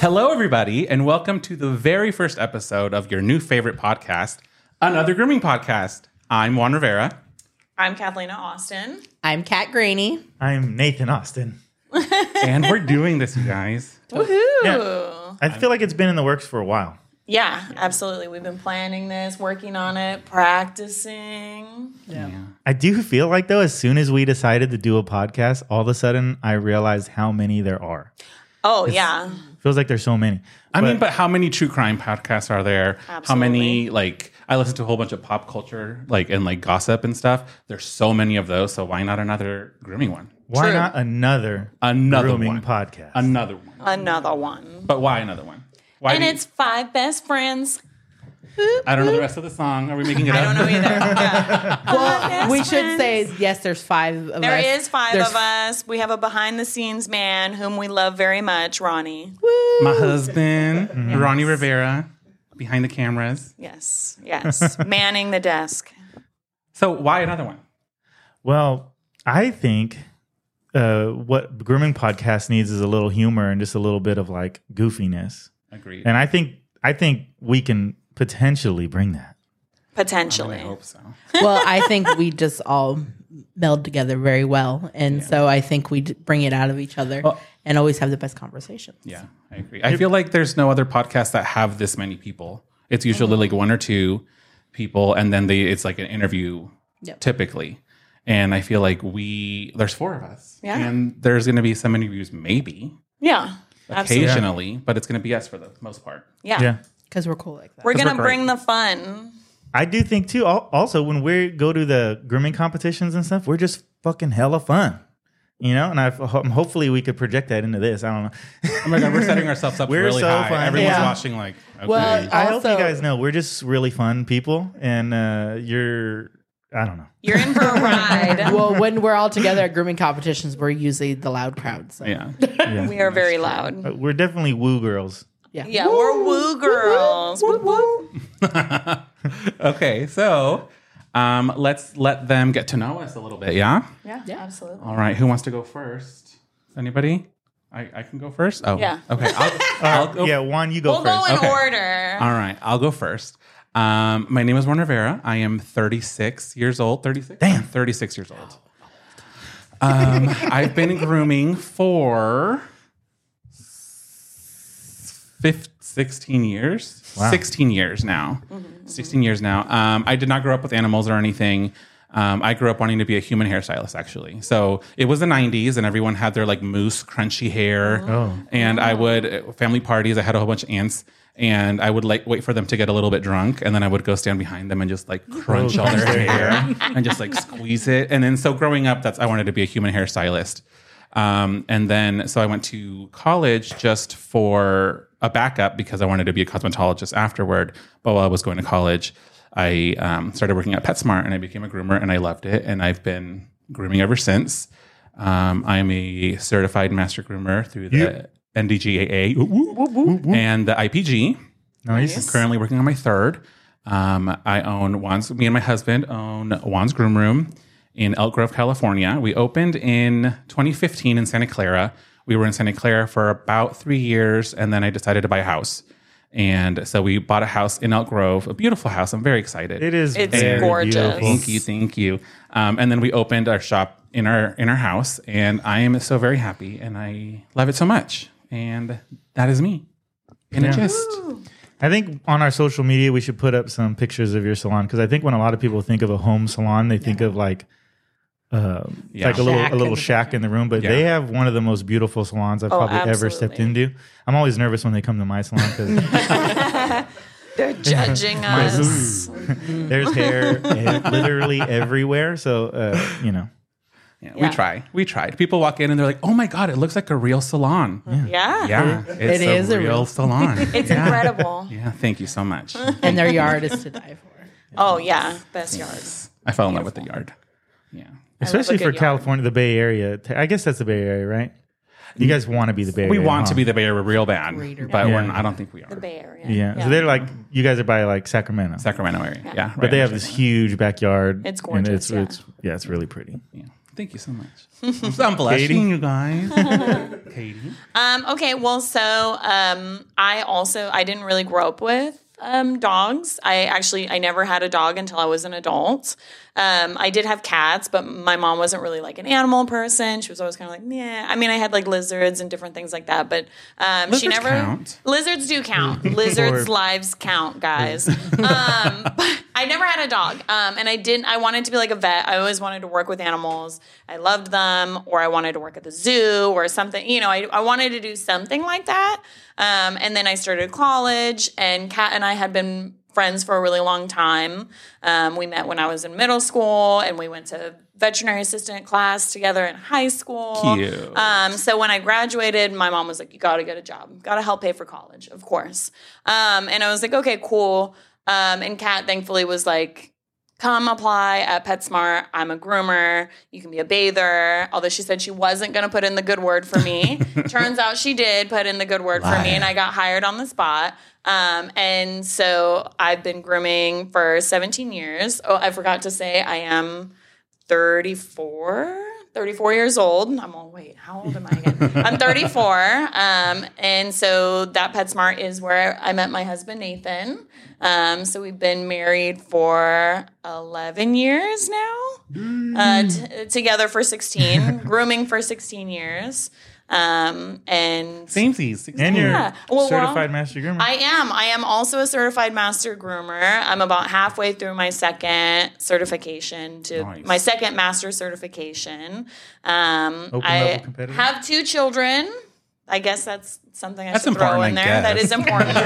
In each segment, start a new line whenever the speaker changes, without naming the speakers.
Hello, everybody, and welcome to the very first episode of your new favorite podcast, Another Grooming Podcast. I'm Juan Rivera.
I'm Kathleen Austin.
I'm Kat Graney.
I'm Nathan Austin.
and we're doing this, you guys.
Woohoo!
Oh,
Yeah.
Yeah.
I feel like it's been in the works for a while.
absolutely. We've been planning this, working on it, practicing.
I do feel like though, as soon as we decided to do a podcast, all of a sudden I realized how many there are.
Oh, yeah.
Feels like there's so many.
I mean, but how many true crime podcasts are there? How many
Absolutely.
like I listen to a whole bunch of pop culture, like and like gossip and stuff. There's so many of those, so why not another grooming one?
why
True.
not another
Another
grooming
one.
podcast?
Another one,
Another one.
but why another one? Why?
And
do you-
it's five best friends.
I don't know the rest of the song. Are we making it
I
up?
don't know either. Yeah. Five best
We should
Oh, friends.
say yes. There's five of
There
us.
is five
There's-
of us. We have a behind the scenes man whom we love very much, Ronnie.
My husband,
Mm-hmm.
Ronnie Rivera, behind the cameras.
Yes, yes. Manning the desk.
So why another one?
Well, I think uh, what grooming podcast needs is a little humor and just a little bit of like goofiness.
Agreed.
And I think I think we can potentially bring that.
I
Oh,
Potentially.
hope so.
well, I think we just all meld together very well, and so I think we d- bring it out of each other and always have the best conversation.
Yeah, I agree. I feel like there's no other podcasts that have this many people. It's usually like one or two people, and then they it's like an interview
Yep.
typically. And I feel like we there's four of us,
Yeah.
and there's going to be some interviews maybe
Yeah. Absolutely.
occasionally, but it's going to be us for the most part.
Yeah.
Yeah.
Because we're cool like that.
We're going to
great.
bring the fun.
I do think too. al- Also, when we go to the grooming competitions and stuff, we're just fucking hella fun, you know. And I ho- hopefully we could project that into this. I don't know.
Oh my god, we're setting ourselves up
We're
really
so
high.
fun.
Everyone's
Yeah.
watching like okay.
Well,
I hope you
Also-
guys know we're just really fun people, and uh, you're. I don't know.
You're in for a ride.
well, when we're all together at grooming competitions, we're usually the loud crowd. So.
yeah.
we are very loud.
But We're definitely woo girls.
Yeah, we're woo girls. Woo, woo.
okay, so um, let's let them get to know us a little bit. Yeah.
Yeah, absolutely.
All right. Who wants to go first? Anybody? I, I can go first. Oh,
Yeah.
Okay. I'll, I'll go.
Yeah, Juan, you go
Oh. We'll go
first. Oh,
in
Okay.
order.
All right. I'll go first. Um, my name is Juan Rivera. I am 36 years old. 36. Damn. 36 years old. Um, I've been grooming for fif 16 years. 16 years now. 16 years now. Um, I did not grow up with animals or anything. Um, I grew up wanting to be a human hairstylist, actually. So it was the 90s, and everyone had their like moose, crunchy hair.
Oh.
And I would, at family parties, I had a whole bunch of aunts, and I would like wait for them to get a little bit drunk, and then I would go stand behind them and just like crunch all their hair and just like squeeze it. And then, so growing up, that's I wanted to be a human hairstylist. Um, and then, so I went to college just for a backup because I wanted to be a cosmetologist afterward. But while I was going to college, I um, started working at PetSmart and I became a groomer and I loved it. And I've been grooming ever since. Um, I'm a certified master groomer through the NDGAA and the IPG. I'm
Mm-hmm. Nice.
currently working on my third. Um, I own Juan's, me and my husband own Juan's Groom Room in Elk Grove, California. We opened in 2015 in Santa Clara. We were in Santa Clara for about three years, and then I decided to buy a house. And so we bought a house in Elk Grove, a beautiful house. I'm very excited.
It is.
It's
very
gorgeous.
beautiful.
Thank you, thank you. Um, and then we opened our shop in our in our house, and I am so very happy, and I love it so much. And that is me. And it just
I think on our social media we should put up some pictures of your salon because I think when a lot of people think of a home salon, they think of like uh,
Yeah.
like a
Shack
little a
in
little
the
shack in the room. But they
Yeah.
have one of the most beautiful salons I've
Oh,
probably ever stepped
absolutely.
into. I'm always nervous when they come to my salon because
They're judging us.
there's hair eh, literally everywhere. So uh, you know,
Yeah,
Yeah.
we try. We tried. People walk in and they're like, "Oh my god, it looks like a real salon." Yeah,
Yeah.
it's
It
a
is a
real,
real-
salon.
It's
yeah.
incredible.
Yeah, thank you so much.
And their yard is to die for.
Oh, yeah. Best yards.
I fell in love with the yard. Yeah,
especially
good
for
yard.
California, the Bay Area. T- I guess that's the Bay Area, right? You guys want to be the Bay Area?
we want to
huh?
be the Bay Area real bad,
Reader.
but we're
Yeah.
not, I don't think we are.
The Bay Area.
Yeah. So they're like you guys are by like Sacramento.
Sacramento area. Yeah,
but they have this huge backyard.
It's
and
gorgeous,
it's, it's yeah, it's really pretty.
Yeah. Thank you so much. I'm, so- I'm blushing, you guys. Katie.
Um, okay, well, so um, I also I didn't really grow up with um, dogs. I actually I never had a dog until I was an adult. Um, I did have cats, but my mom wasn't really like an animal person. She was always kind of like, yeah. I mean, I had like lizards and different things like that, but um, she
Lizards
never
count.
lizards do count. Lizards' lives count, guys. um, but I never had a dog, um, and I didn't. I wanted to be like a vet. I always wanted to work with animals. I loved them, or I wanted to work at the zoo, or something. You know, I, I wanted to do something like that. Um, and then I started college, and Kat and I had been friends for a really long time. Um, we met when I was in middle school, and we went to veterinary assistant class together in high school.
Cute.
Um, so when I graduated, my mom was like, "You got to get a job. Got to help pay for college, of course." Um, and I was like, "Okay, cool." Um, and Kat thankfully was like, "Come apply at PetSmart. I'm a groomer. You can be a bather." Although she said she wasn't going to put in the good word for me. Turns out she did put in the good word for me,
Liar.
and I got hired on the spot. Um, and so I've been grooming for 17 years. Oh, I forgot to say I am 34 34 years old and i'm all wait how old am i again i'm 34 um, and so that petsmart is where i met my husband nathan um, so we've been married for 11 years now uh, t- together for 16 grooming for 16 years um, and
Samesies.
And you're
Yeah. Well,
certified
well,
master groomer.
I am. I am also a certified master groomer. I'm about halfway through my second certification to
Nice.
my second master certification. Um,
Open
I
level competitive?
have two children. I guess that's something I
That's
should throw
important,
in
I
there. That
guess.
is important.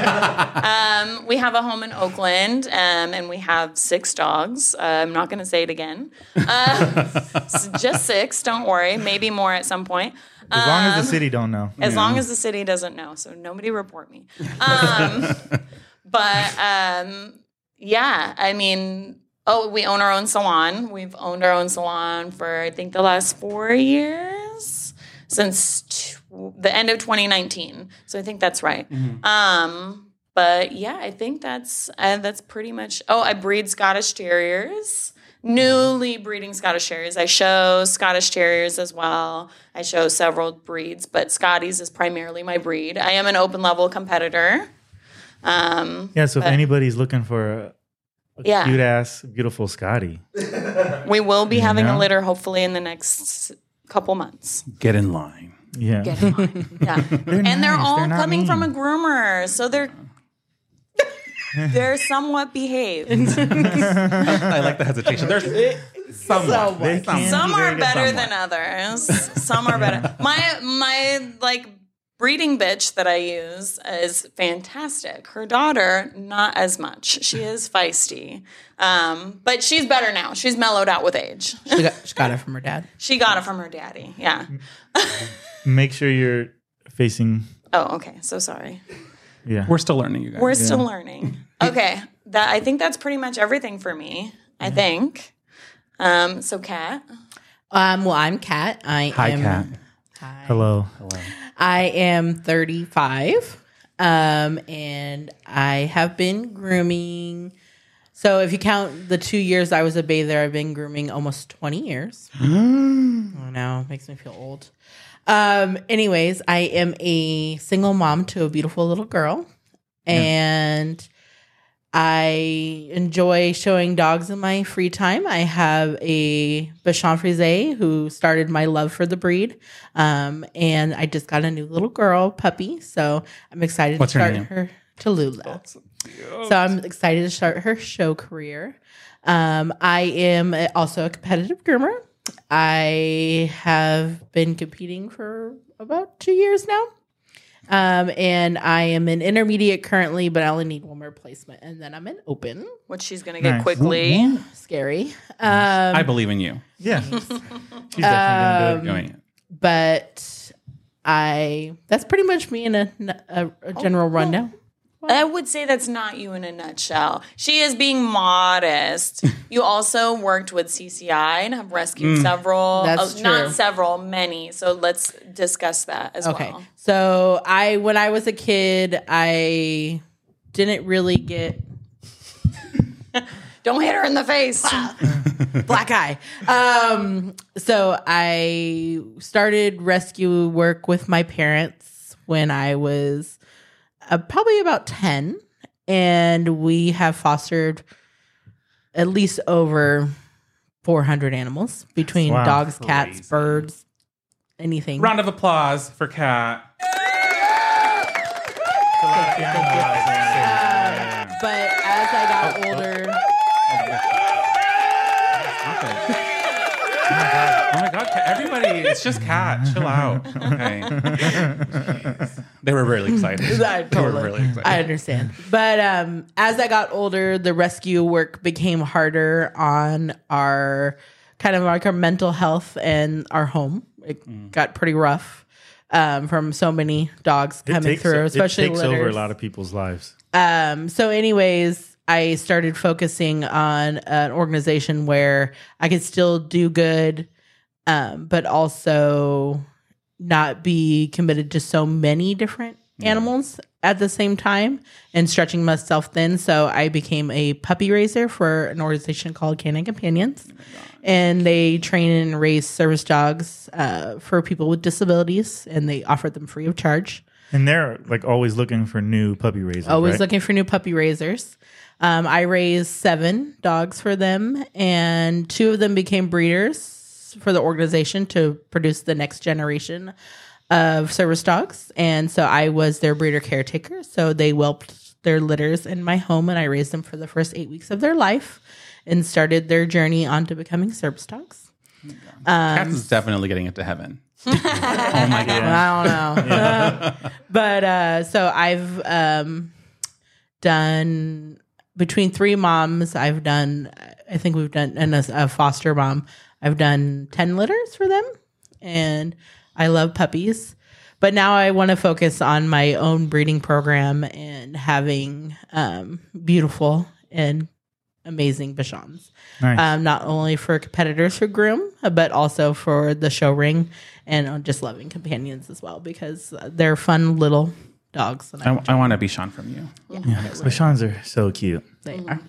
um, we have a home in Oakland, um, and we have six dogs. Uh, I'm not going to say it again. Uh, s- just six. Don't worry. Maybe more at some point.
as long as
Um,
the city don't know.
as long as the city doesn't know, so nobody report me. Um, but um, yeah, I mean, oh, we own our own salon. We've owned our own salon for I think the last four years since t- the end of 2019. So I think that's right. Um, but yeah, I think that's uh, that's pretty much. Oh, I breed Scottish Terriers. Newly breeding Scottish Terriers. I show Scottish Terriers as well. I show several breeds, but Scotties is primarily my breed. I am an open level competitor. Um,
Yeah, so if
but-
anybody's looking for a, a
Yeah.
cute ass, beautiful Scotty,
we will be having
Yeah.
a litter hopefully in the next couple months.
Get in line.
yeah,
Yeah. and they're
nice.
all
They're not
coming from a
mean.
groomer, so they're they're somewhat behaved.
I like the hesitation. There's someone.
They can
Some
be
are
very good
better
someone.
than others. Some are better. My my like breeding bitch that I use is fantastic. Her daughter, not as much. She is feisty, um, but she's better now. She's mellowed out with age.
She got, she got it from her dad.
She got it from her daddy. Yeah.
Make sure you're facing.
Oh, okay. So sorry.
Yeah,
We're still learning, you guys.
We're still learning. Okay. That I think that's pretty much everything for me. I
Mm-hmm.
think. Um, so Kat.
Um, well, I'm Kat. I
Hi,
am.
Kat.
hello.
I am 35, um, and I have been grooming. So if you count the two years I was a bather, I've been grooming almost 20 years. I know, makes me feel old. Um, anyways, I am a single mom to a beautiful little girl, and I enjoy showing dogs in my free time. I have a Bichon Frise who started my love for the breed. Um, and I just got a new little girl puppy. So I'm excited
What's
to
her
start
name?
her to Lula. So I'm excited to start her show career. Um, I am also a competitive groomer. I have been competing for about two years now. Um, and I am an intermediate currently, but I only need one more placement, and then I'm an open.
What she's gonna get
Nice.
quickly.
Scary. Um,
I believe in you.
Yeah, she's definitely gonna
Um,
do it.
Doing it.
but I that's pretty much me in a, a, a general rundown.
I would say that's not you in a nutshell. She is being modest. you also worked with CCI and have rescued several.
Mm. That's
oh, Not
true.
several, many. So let's discuss that as
Okay.
well.
So I when I was a kid, I didn't really get
Don't hit her in the face.
black eye. Um, so I started rescue work with my parents when I was uh, probably about 10. And we have fostered at least over 400 animals between
Wow.
dogs, cats,
Crazy.
birds, anything.
Round of applause for Kat.
But as I got older,
Oh my god, Kat- everybody, it's just Kat. Chill out. Okay. Jeez. They were really excited.
I,
They were
totally,
really excited.
I understand. But um, as I got older, the rescue work became harder on our kind of like our mental health and our home. It
Mm.
got pretty rough um, from so many dogs
It
coming
takes-
through,
it
especially
takes over a
litters.
lot of people's lives.
Um, so, anyways, I started focusing on an organization where I could still do good, um, but also not be committed to so many different animals at the same time and stretching myself thin. So, I became a puppy raiser for an organization called Canine Companions, and they train and raise service dogs uh, for people with disabilities, and they offer them free of charge
And they're like always looking for new puppy raisers.
always
right?
looking for new puppy raisers. Um, I raised seven dogs for them, and two of them became breeders for the organization to produce the next generation of service dogs. And so I was their breeder caretaker. So they whelped their litters in my home, and I raised them for the first eight weeks of their life and started their journey onto becoming service dogs.
um,
Kat is definitely getting it to heaven. oh my god.
I don't know. but uh, so I've um, done between three moms. I've done. I think we've done and a, a foster mom. I've done ten litters for them, and I love puppies. But now I want to focus on my own breeding program and having um, beautiful and amazing Bichons
Nice.
um, not only for competitors for groom, but also for the show ring and uh, just loving companions as well because uh, they're fun little dogs. And I,
I, I want to be Sean from you.
But Sean's are so cute.
they are.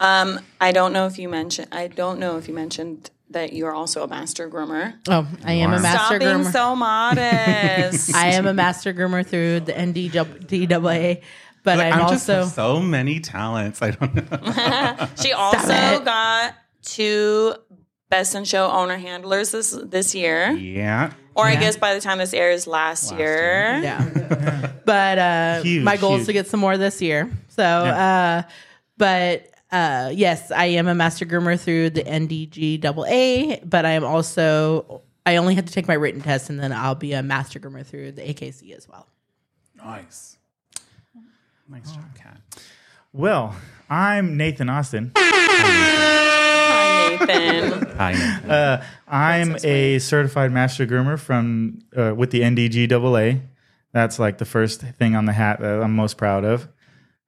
Um, I don't know if you mentioned. I don't know if you mentioned that you are also a master groomer.
Oh, I am a
Stop
master
being
groomer.
so modest.
I am a master groomer through the NDWA, but
Like,
I'm,
just
also
have so many talents. I don't know.
She also
it.
got two best in show owner handlers this this year,
Yeah.
or I guess by the time this airs last, year.
yeah. But uh,
Huge,
my goal
huge.
is to get some more this year. So, uh, but uh, yes, I am a master groomer through the NDGAA, but I am also I only had to take my written test, and then I'll be a master groomer through the AKC as well.
Nice. Nice job, Kat.
Well, I'm Nathan Austin.
Hi, Nathan.
Hi. Nathan.
Uh, I'm a certified master groomer from uh, with the NDGAA. That's like the first thing on the hat that I'm most proud of.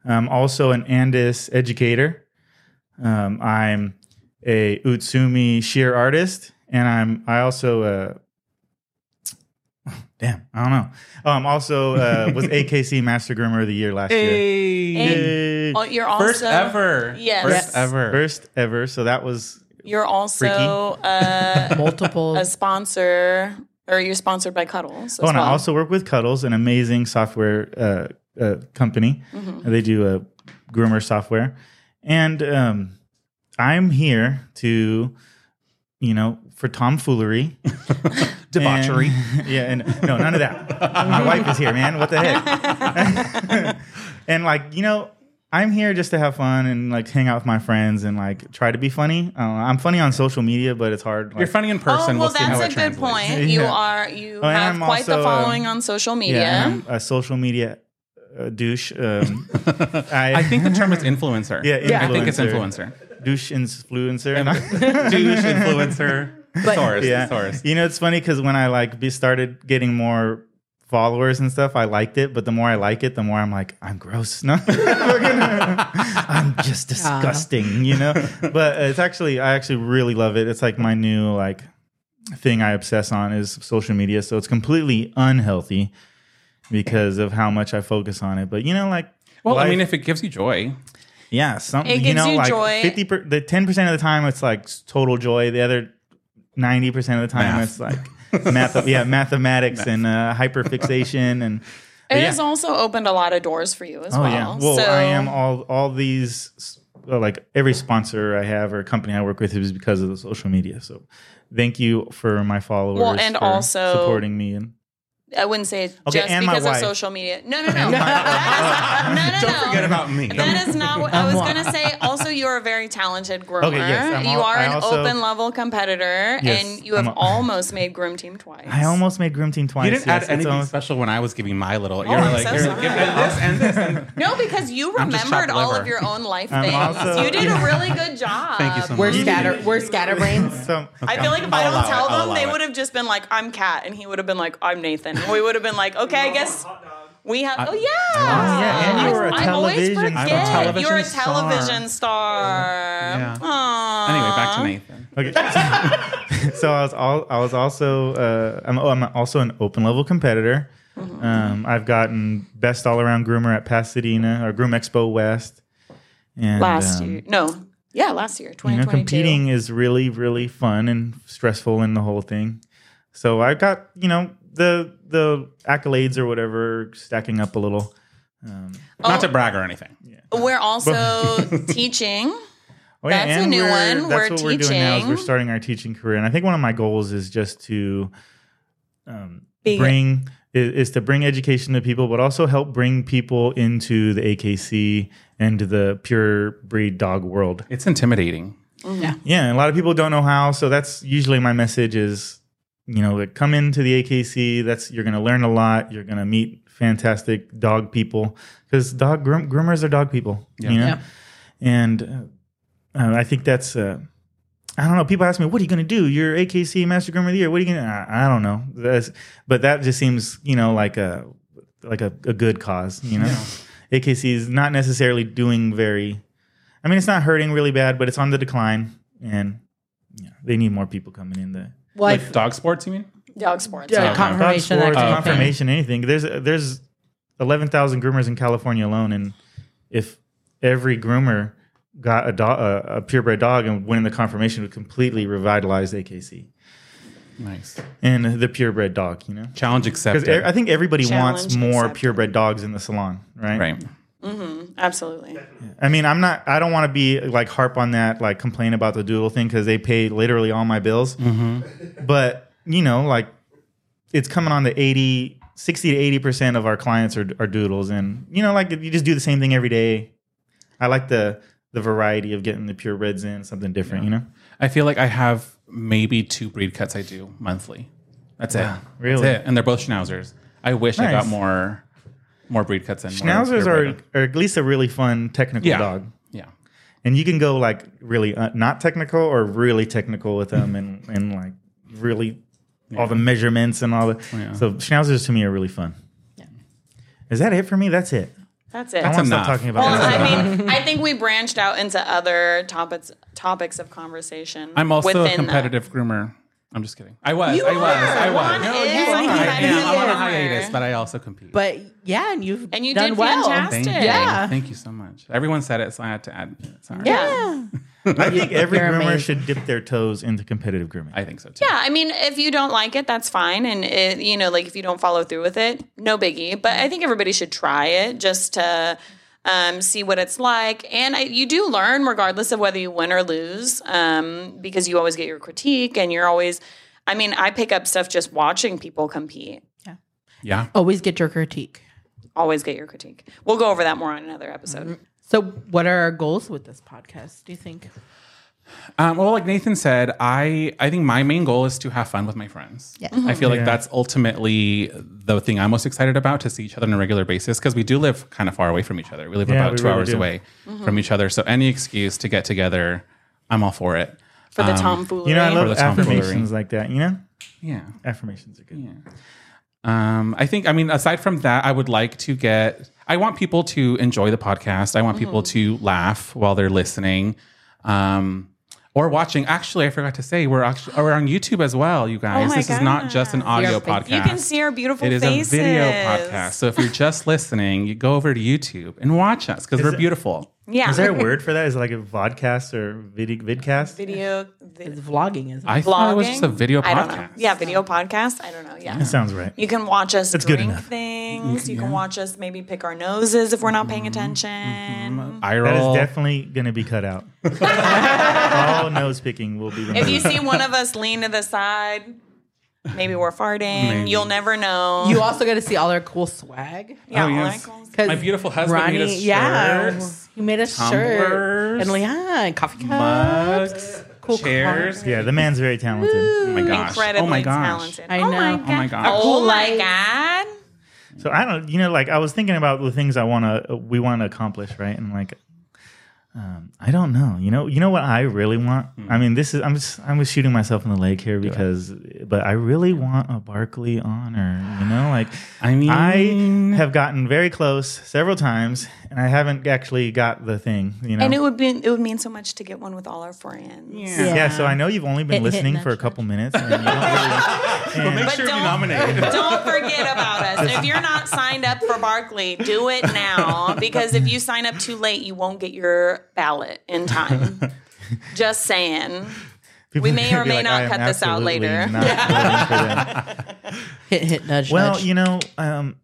I'm also an Andis educator. Um, I'm a Utsumi shear artist, and I'm I also uh, damn I don't know. Oh, I'm also uh, was AKC master groomer of the year last year.
Hey.
Yay.
Oh, you're also
First ever.
Yes.
First ever.
First ever. So that was
You're also uh,
Multiple.
a sponsor, or you're sponsored by Cuddles. As
Oh, and
well.
I also work with Cuddles, an amazing software uh, uh, company.
Mm-hmm.
They do a groomer software, and um, I'm here to, you know, for tomfoolery,
Debauchery.
And- yeah, and no, none of that. My wife is here, man. What the heck? and like, you know. I'm here just to have fun and like hang out with my friends and like try to be funny. I don't know. I'm funny on social media, but it's hard. Like,
You're funny in person.
Oh well,
we'll see how
that's
it
a good
translates.
point. You
Yeah.
are you
Oh, and
have
I'm
quite the
also, um,
following on social media.
Yeah, and I'm a social media uh, douche. Um, I,
I think the term is influencer.
Yeah,
I think it's
influencer.
influencer.
douche influencer.
Douche influencer. source.
yeah,
Source.
you know it's funny because when I like be started getting more followers and stuff, I liked it. But the more I like it, the more I'm like, I'm gross. No, I'm just disgusting. You know, but uh, it's actually I actually really love it. It's like my new like thing I obsess on is social media. So it's completely unhealthy because of how much I focus on it. But you know, like
Well, I
life-
mean, if it gives you joy,
Yeah, some
It
you
gives
know
you
like
joy.
fifty per, the ten percent of the time it's like s- total joy. The other ninety percent of the time
Math.
it's like math. Yeah, mathematics and uh, hyperfixation and
It
yeah.
has also opened a lot of doors for you as
oh
well.
yeah. Well,
so,
I am all all these s- uh, like every sponsor I have or company I work with is because of the social media. So thank you for my followers.
Well, and
for
also-
supporting me and
I wouldn't say it's
Okay,
just
and my
because of
wife.
social media. No, no, no.
my
That is- no, no,
Don't
no.
forget about me.
That is not what I was
Moi.
going to say. Also, you are a very talented groomer.
Okay, yes, I'm
you
al-
are
I
an
also-
open level competitor,
Yes,
and you
I'm
have
a-
almost made groom team twice.
I almost made groom team twice.
You didn't
Yes,
add
it's
anything
almost-
special when I was giving my little. You're
Oh, I'm
like,
so
you're,
sorry.
give and this and this. And
No, because you
I'm just chopped
remembered all
liver.
of your own life
I'm
things.
also-
you did a really good job.
Thank you so
We're
much. You
scatter. We're scatterbrains.
So
I feel like if I
I'll
don't
allow
tell
it. I'll
them,
allow
they
it.
would have just been like, "I'm Kat," and he would have been like, "I'm Nathan." And we would have been like, "Okay, I guess we have." oh yeah,
yeah, and you were a
I always
television-
forget.
I'm a
television
You're a
star.
television star.
Yeah.
Aw.
Anyway, back to Nathan.
Okay. so I was all I was also uh, I'm oh, I'm also an open level competitor.
Mm-hmm.
Um, I've gotten best all around groomer at Pasadena or Groom Expo West. And,
Last
um,
year, no, yeah, last year,
you know,
2022.
competing is really really fun and stressful in the whole thing. So I got you know the the accolades or whatever stacking up a little. Um,
Not
Oh.
to brag or anything.
We're also teaching.
Oh, yeah,
That's a
and
new
we're-
one.
That's
We're
what we're doing now is
teaching.
we're starting our teaching career, and I think one of my goals is just to um,
Be-
bring i- is to bring education to people, but also help bring people into the AKC and to the pure breed dog world.
It's intimidating.
Yeah, and a lot of people don't know how, so that's usually my message is you know like come into the AKC. That's you're going to learn a lot. You're going to meet fantastic dog people because dog groom, groomers are dog people.
Yeah.
You know?
Yeah.
and uh, uh, I think that's uh, I don't know. People ask me, "What are you going to do? You're AKC Master Groomer of the Year. What are you going to?" I, I don't know. That's, but that just seems, you know, like a like a, a good cause. You know, AKC is not necessarily doing very. I mean, it's not hurting really bad, but it's on the decline, and yeah, they need more people coming in there.
Well, I
Like dog sports, you mean?
Dog uh, sports.
Yeah,
yeah.
com- uh, Confirmation,
Dog sports,
that kind
of thing.
confirmation, anything. There's there's eleven thousand groomers in California alone, and if every groomer got a, do- a, a purebred dog and went in the confirmation, it would completely revitalize AKC
Nice.
and the purebred dog. You know,
Challenge
because
accepted.
I think everybody wants
Challenge
more
accepted.
purebred dogs in the salon, right?
right.
Absolutely.
I mean, I'm not. I don't want to be like harp on that, like complain about the doodle thing because they pay literally all my bills.
Mm-hmm.
But you know, like it's coming on to 80, 60 to eighty percent of our clients are, are doodles, and you know, like you just do the same thing every day. I like the the variety of getting the purebreds in something different. You know,
I feel like I have maybe two breed cuts I do monthly. That's it.
really?
That's it. And they're both schnauzers. I wish I got
Nice.
more more breed cuts in. more
schnauzers are,
purebred.
are at least a really fun technical
Yeah.
dog.
Yeah.
and you can go like really uh, not technical or really technical with them and and like really all the measurements and all the
Oh, Yeah.
so schnauzers to me are really fun is that it for me that's it
That's it.
i want to
enough.
stop talking about
Well,
that
I mean, I think we branched out into other topics topics of conversation.
I'm also a
within
competitive groomer. I'm just kidding. I was.
You
I was.
are.
I was.
One No, is you a are.
I
competitive
am. I'm on a
groomer.
hiatus, but I also compete.
but yeah, and you've
That. And you
done
did
well.
fantastic.
Thank you.
Yeah.
Thank you so much. Everyone said it, so I had to add. it. Sorry.
Yeah.
i think every
You're
groomer
amazing.
should dip their toes into competitive grooming
I think so too.
Yeah, I mean, if you don't like it, that's fine. And, it, you know, like if you don't follow through with it, no biggie. But I think everybody should try it just to um, see what it's like. And I, you do learn regardless of whether you win or lose um, because you always get your critique and you're always, I mean, I pick up stuff just watching people compete.
Yeah.
Always get your critique.
Always get your critique. We'll go over that more on another episode.
So, what are our goals with this podcast? Do you think?
Um, well, like Nathan said, I I think my main goal is to have fun with my friends.
Yeah.
I feel like
Mm-hmm. Yeah.
that's ultimately the thing I'm most excited about to see each other on a regular basis because we do live kind of far away from each other. We live
Yeah,
about
we
two
really
hours
do.
away from each other. So any excuse to get together, I'm all for it.
For the
Mm-hmm.
tomfoolery.
you know i
For
love
the tomfoolery.
affirmations like that you know
Yeah.
affirmations are good
Um, I think, I mean, aside from that, I would like to get, I want people to
Mm-hmm.
enjoy the podcast. I want people to laugh while they're listening. Um, or watching. Actually, I forgot to say we're actually we're on YouTube as well, you guys.
Oh my
this is not just an
God.
audio
Your face-
podcast.
You can see our beautiful
it is
faces.
a video podcast. So if you're just listening, you go over to YouTube and watch us because we're
it-
beautiful.
Yeah.
Is there a word for that? Is it like a vodcast or vid- vidcast?
video vi-
It's vlogging, isn't it?
I thought Oh, it was just a
vlogging?
video podcast.
I don't know. Yeah, video podcast. I don't know. Yeah.
That sounds right.
You can watch us
It's good
drink
enough.
things. You can watch us maybe pick our noses if we're not paying
Mm-hmm.
attention.
I
That
roll.
is definitely going to be cut out. All nose picking will be removed.
If you see one of us lean to the side, maybe we're farting.
Maybe.
You'll never know.
You also got to see all our cool swag.
yeah,
Oh,
all
yes.
that cool-
'Cause
My beautiful husband made us
yeah,
shirts,
he made us shirts,
tumblers,
and yeah, and coffee cups,
mugs,
cool
chairs.
cards.
yeah, the man's very talented.
Oh my gosh.
Incredibly
oh my gosh.
talented.
I
Oh my
know.
God.
Oh my gosh.
Oh my God.
So I don't, you know, like I was thinking about the things I want to, we want to accomplish, right? And like, um, I don't know, you know, you know what I really want.
Hmm.
I mean, this is I'm just I'm just shooting myself in the leg here because, but I really want a Barkley honor, you know, like
I mean,
I have gotten very close several times, and I haven't actually got the thing, you know.
And it would be it would mean so much to get one with all our friends.
yeah.
Yeah.
so I know you've only been
Hit- hit
listening for a
nudge,
couple minutes. And you don't really,
make
and
But
sure you
don't-
nominate.
Don't forget about us. And if you're not signed up for Barkley, do it now because if you sign up too late, you won't get your ballot in time. Just saying.
people
We may
are
or
gonna
may
be
not
"I am
cut this out
absolutely
later."
not voting for that.
Hit, hit, nudge,
Well,
nudge.
you know, um,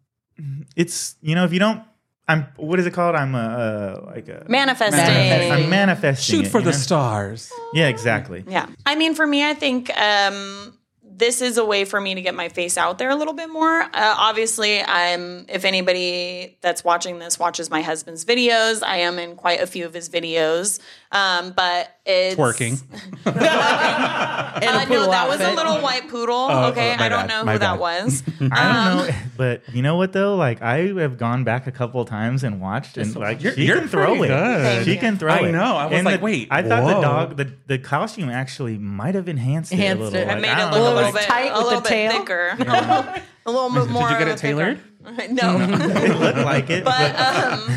it's you know, if you don't, I'm what is it called? I'm a uh, like a
Manifesting.
I'm manifesting.
Shoot
it,
for
you
the
know?
stars.
Yeah, exactly.
Yeah. I mean, for me, I think um, this is a way for me to get my face out there a little bit more. Uh, obviously, I'm, if anybody that's watching this watches my husband's videos, I am in quite a few of his videos. Um, but it's.
Twerking.
and
Uh, no, that was a
outfit.
little white poodle.
Oh,
okay.
oh, my
I don't
bad,
know
my
who
bad.
that was. Um,
I don't know, but you know what though? Like I have gone back a couple times and watched, and like
you're-
she
you're
can throw
pretty
it.
good. Thank
She
you.
can throw
I
it.
know. I was
And
like,
the-
wait,
I thought the
whoa.
dog, the, the costume actually might have enhanced,
Enhanced
it a little.
it.
I
Like,
made
I
it
don't
look
know,
a little
like,
bit,
tight
a
with
little
the
bit
tail?
thicker. a little bit more.
Did you get
of
it
a thicker-
tailored?
No.
It looked like it.
but um,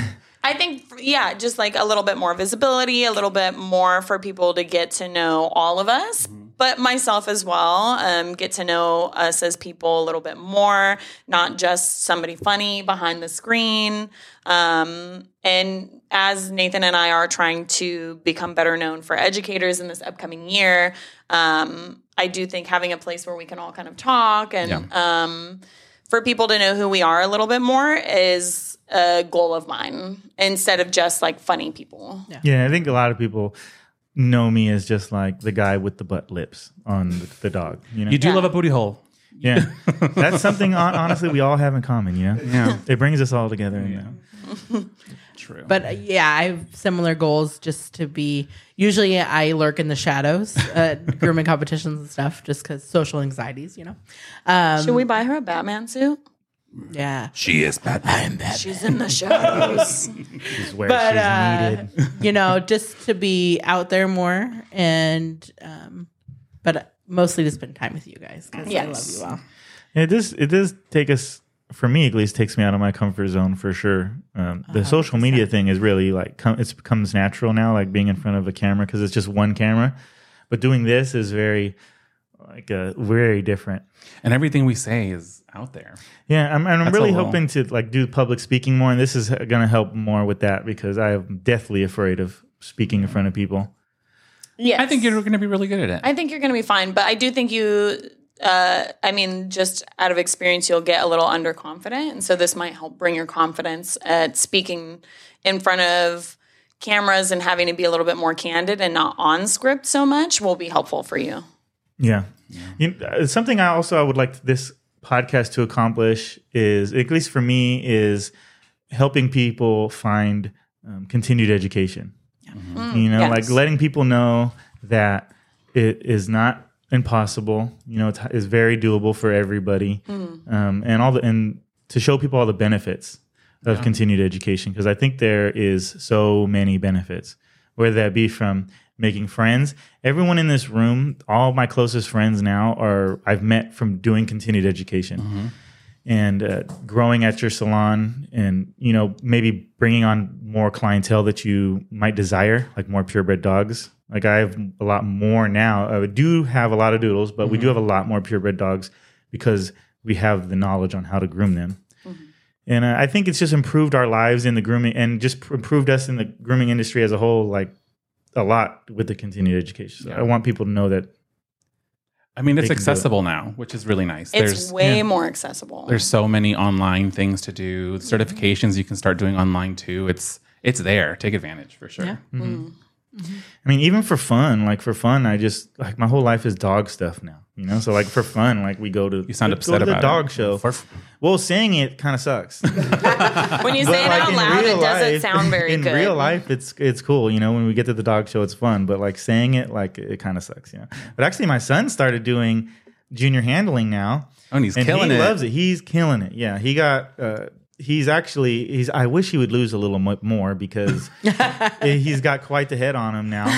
I think yeah, just like a little bit more visibility, a little bit more for people to get to know all of us, but myself as well. Um, get to know us as people a little bit more, not just somebody funny behind the screen. Um, and as Nathan and I are trying to become better known for educators in this upcoming year, um, I do think having a place where we can all kind of talk and um, for people to know who we are a little bit more is a goal of mine instead of just like funny people.
Yeah, I think a lot of people know me as just like the guy with the butt lips on the, the dog. You know,
You do
Yeah.
love a booty hole.
yeah, that's something hon- honestly we all have in common. You know,
Yeah.
it brings us all together. You know?
True.
But uh, yeah, I have similar goals just to be. Usually I lurk in the shadows at grooming competitions and stuff just because social anxieties, you know? Um,
Should we buy her a Batman suit?
yeah.
she is Batman.
She's in the shadows.
It's where
But,
she's
uh,
needed.
you know, just to be out there more. And, um, but mostly to spend time with you guys because
Yes.
I love you all.
It does. It does take us. For me, at least, takes me out of my comfort zone for sure. Um, the social media thing is really like com- it's becomes natural now, like being in front of a camera because it's just one camera. But doing this is very, like, uh, very different.
And everything we say is out there.
Yeah, I'm, and I'm
That's
really
a lot.
hoping to like do public speaking more, and this is going to help more with that because I am deathly afraid of speaking in front of people.
yes.
I think you're going to be really good at it.
I think you're going to be fine, but I do think you. Uh, I mean, just out of experience, you'll get a little underconfident, and so this might help bring your confidence at speaking in front of cameras and having to be a little bit more candid and not on script so much will be helpful for you.
Yeah, You, uh, something I also I would like this podcast to accomplish is at least for me is helping people find um, continued education. You know,
yes.
like letting people know that it is not impossible. You know, it's, it's very doable for everybody, um, and all the and to show people all the benefits of continued education because I think there is so many benefits, whether that be from making friends. Everyone in this room, all my closest friends now are I've met from doing continued education and uh, growing at your salon and you know maybe bringing on more clientele that you might desire like more purebred dogs Like I have a lot more now. I do have a lot of doodles, but we do have a lot more purebred dogs because we have the knowledge on how to groom them. And uh, I think it's just improved our lives in the grooming and just pr- improved us in the grooming industry as a whole, like a lot with the continued education. So I want people to know that
I mean, it's
They can do it.
accessible now, which is really nice.
It's
there's
way more accessible.
there's so many online things to do.
Mm-hmm.
Certifications you can start doing online too. It's it's there. Take advantage for sure.
Yeah.
I mean, even for fun, like for fun, I just like my whole life is dog stuff now, you know. So like for fun, like we go to
You sound
we
upset
go to the
about
dog
it.
show.
For f-
well, saying it kind of sucks.
when you
But,
say it
like,
out
in
loud,
real
it doesn't
life-
sound very
in
good.
real life, it's it's cool, you know. When we get to the dog show, it's fun, but like saying it, like it kind of sucks, you know. But actually, my son started doing junior handling now,
Oh, and he's
and
killing
he
it.
loves it. He's killing it. Yeah, he got. Uh, he's actually. He's. I wish he would lose a little mo- more because he's got quite the head on him now.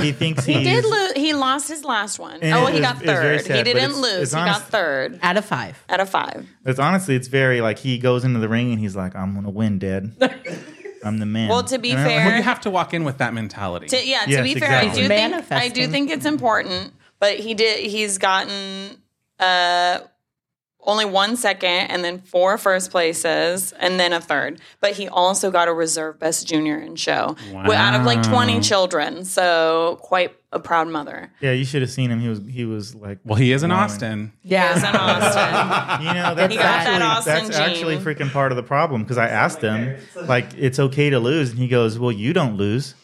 He thinks
he
he's,
did lose. He lost his last one.
And
oh,
it
he
was-
got
it was very
third.
sad,
he
but
didn't
it's-
lose.
it's
he
honest-
got third
Out of five.
out of five.
It's honestly, it's very like he goes into the ring and he's like, "I'm gonna win, Dad. I'm the man."
Well, to be
And I'm like,
fair,
Well, you have to walk in with that mentality.
To- yeah,
Yes,
to be
exactly.
fair, I do think I
Manifesting.
do think it's important, but he did he's gotten uh only one second and then four first places and then a third. But he also got a reserve best junior in show w- out of like 20 children. So quite a proud mother.
yeah, you should have seen him. He was he was like,
well, he is in
Wow.
Austin.
Yeah.
Yes, in Austin.
you know, that's
got that
actually
Austin
that's
gene.
actually freaking part of the problem because I asked him like, "It's okay to lose," and he goes, "Well, you don't lose."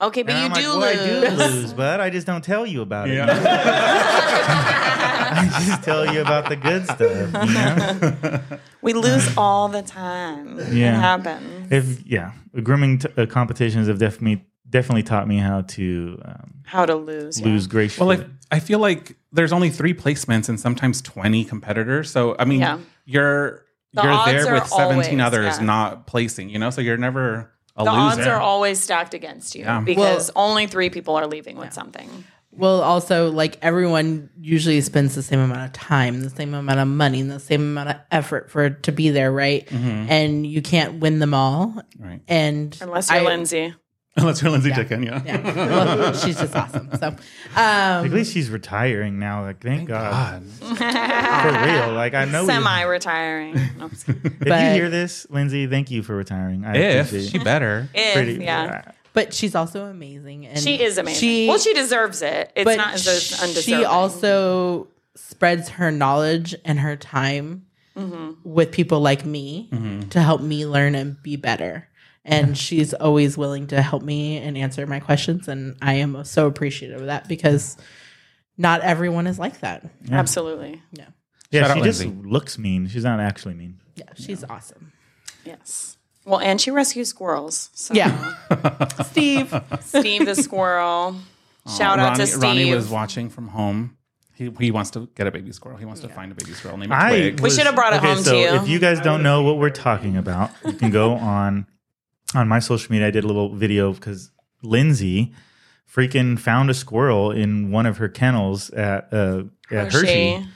Okay, but
And
you
I'm like,
do
well,
lose.
I do lose, but I just don't tell you about it.
Yeah.
I just tell you about the good stuff. You know?
We lose all the time.
Yeah.
It happens.
If yeah, grooming t- uh, competitions have definitely definitely taught me how to um,
How to lose. yeah.
lose gracefully.
well, I, I feel like there's only three placements and sometimes 20 competitors. So I mean,
Yeah.
you're
The
you're
odds
there
are
with 17
always,
others
yeah.
not placing. You know, so you're never a
The
loser.
odds are always stacked against you
Yeah.
because only three people are leaving with something.
Well, also, like everyone usually spends the same amount of time, the same amount of money, and the same amount of effort for to be there, right? And you can't win them all.
Right.
And
Mm-hmm. Unless you're
I-
Lindsay.
Unless you're Lindsay Dickon, yeah.
Yeah. Well, she's just awesome. So, um,
At least she's retiring now. Like, thank, God.
God.
Mm-hmm.
For real. Like, I know.
Semi retiring. No, I'm just kidding.
If you
But-
hear this, Lindsay, thank you for retiring. I
If
appreciate
Mm-hmm.
she
it.
better.
If,
Pretty-
yeah.
but she's also amazing, and
She is amazing. well, she deserves it. It's
but
not as
sh-
though undeserving.
she also spreads her knowledge and her time
Mm-hmm.
with people like me
Mm-hmm.
to help me learn and be better. And she's always willing to help me and answer my questions. And I am so appreciative of that because not everyone is like that.
Absolutely.
Yeah,
Shout out
she just
Lindsay.
looks mean. She's not actually mean.
Yeah, she's awesome.
Yes. Well, and she rescues squirrels. So.
Yeah. Steve.
Steve the squirrel. Shout out
Ronnie,
to Steve.
Ronnie was watching from home. He, he wants to get a baby squirrel. He wants to find a baby squirrel named Twig.
We should have brought it home to
so
you.
If you guys don't know what we're talking about, you can go on on my social media. I did a little video because Lindsay freaking found a squirrel in one of her kennels at uh, at Hershey.
Hershey.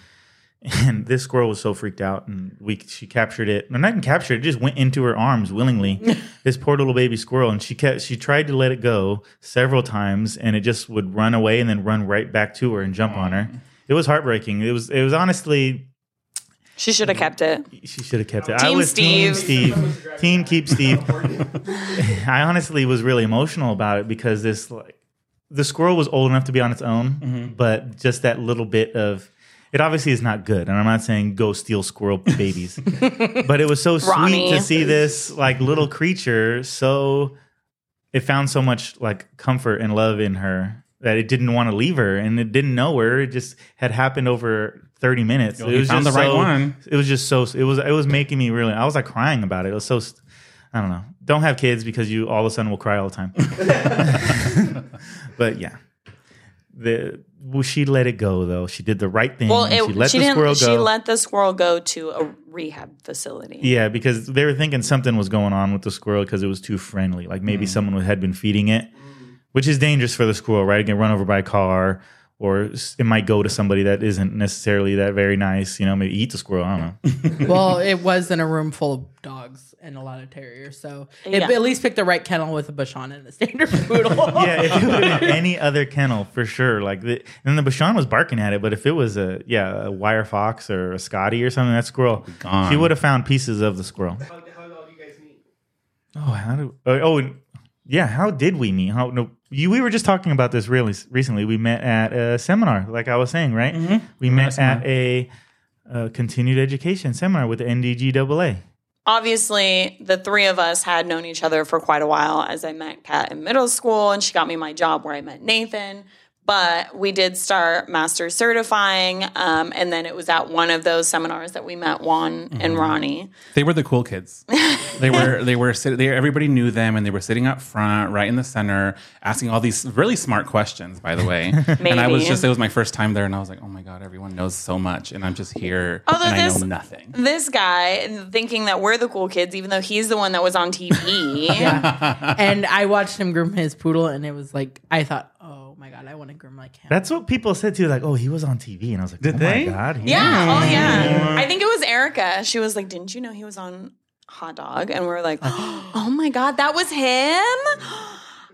and this squirrel was so freaked out and we she captured it no not even captured it, it just went into her arms willingly this poor little baby squirrel and she kept she tried to let it go several times and it just would run away and then run right back to her and jump on her it was heartbreaking it was it was honestly
She should have kept it.
she should have kept it i
Team
was team
Steve.
steve team keep steve i honestly was really emotional about it because this like the squirrel was old enough to be on its own, but just that little bit of it obviously is not good. And I'm not saying go steal squirrel babies, but it was so sweet
Ronnie.
to see this like little creature. So it found so much like comfort and love in her that it didn't want to leave her and it didn't know her. It just had happened over 30 minutes.
Well,
it
he found
just
the right
so-
one.
It was just so, it was, it was making me really, I was like crying about it. It was so, I don't know. Don't have kids because you all of a sudden will cry all the time. but yeah, the well, she let it go though. She did the right thing.
Well,
and
it,
she let
she
the
didn't.
squirrel
She
go.
let the squirrel go to a rehab facility.
yeah, because they were thinking something was going on with the squirrel because it was too friendly. Like maybe someone had been feeding it, which is dangerous for the squirrel, right? It can run over by a car or s- it might go to somebody that isn't necessarily that very nice. You know, maybe eat the squirrel. I don't know.
well, it was in a room full of dogs and a lot of terriers, so it
Yeah.
at least picked the right kennel with a Bashan and a standard poodle.
yeah, if it would have been any other kennel, for sure. Like, the, and the Bashan was barking at it, but if it was a yeah a wire fox or a Scotty or something, that squirrel,
Gone.
she would have found pieces of the squirrel.
How, how long do you guys meet?
Oh, how do? Uh, oh, and- yeah. How did we meet? How no? You, we were just talking about this really s- recently. We met at a seminar, like I was saying, right? We met at a, uh continued education seminar with the NDGAA.
obviously the three of us had known each other for quite a while as i met kat in middle school and she got me my job where i met nathan but we did start master certifying um, and then it was at one of those seminars that we met juan
Mm-hmm.
and ronnie
They were the cool kids. They were they were sit- they everybody knew them and they were sitting up front, right in the center, asking all these really smart questions. By the way, and I was
Maybe.
just it was my first time there, and I was like, oh my god, everyone knows so much, and I'm just here
Although
and I
this-
know nothing.
this guy and thinking that we're the cool kids even though he's the one that was on tv
and I watched him groom his poodle, and it was like I thought, oh my god, I want to groom like him.
That's what people said too. Like, oh, he was on TV, and I was like,
Did
oh
they?
My God, he-
yeah oh yeah i think it was erica she was like didn't you know he was on hot dog and we were like oh my god that was him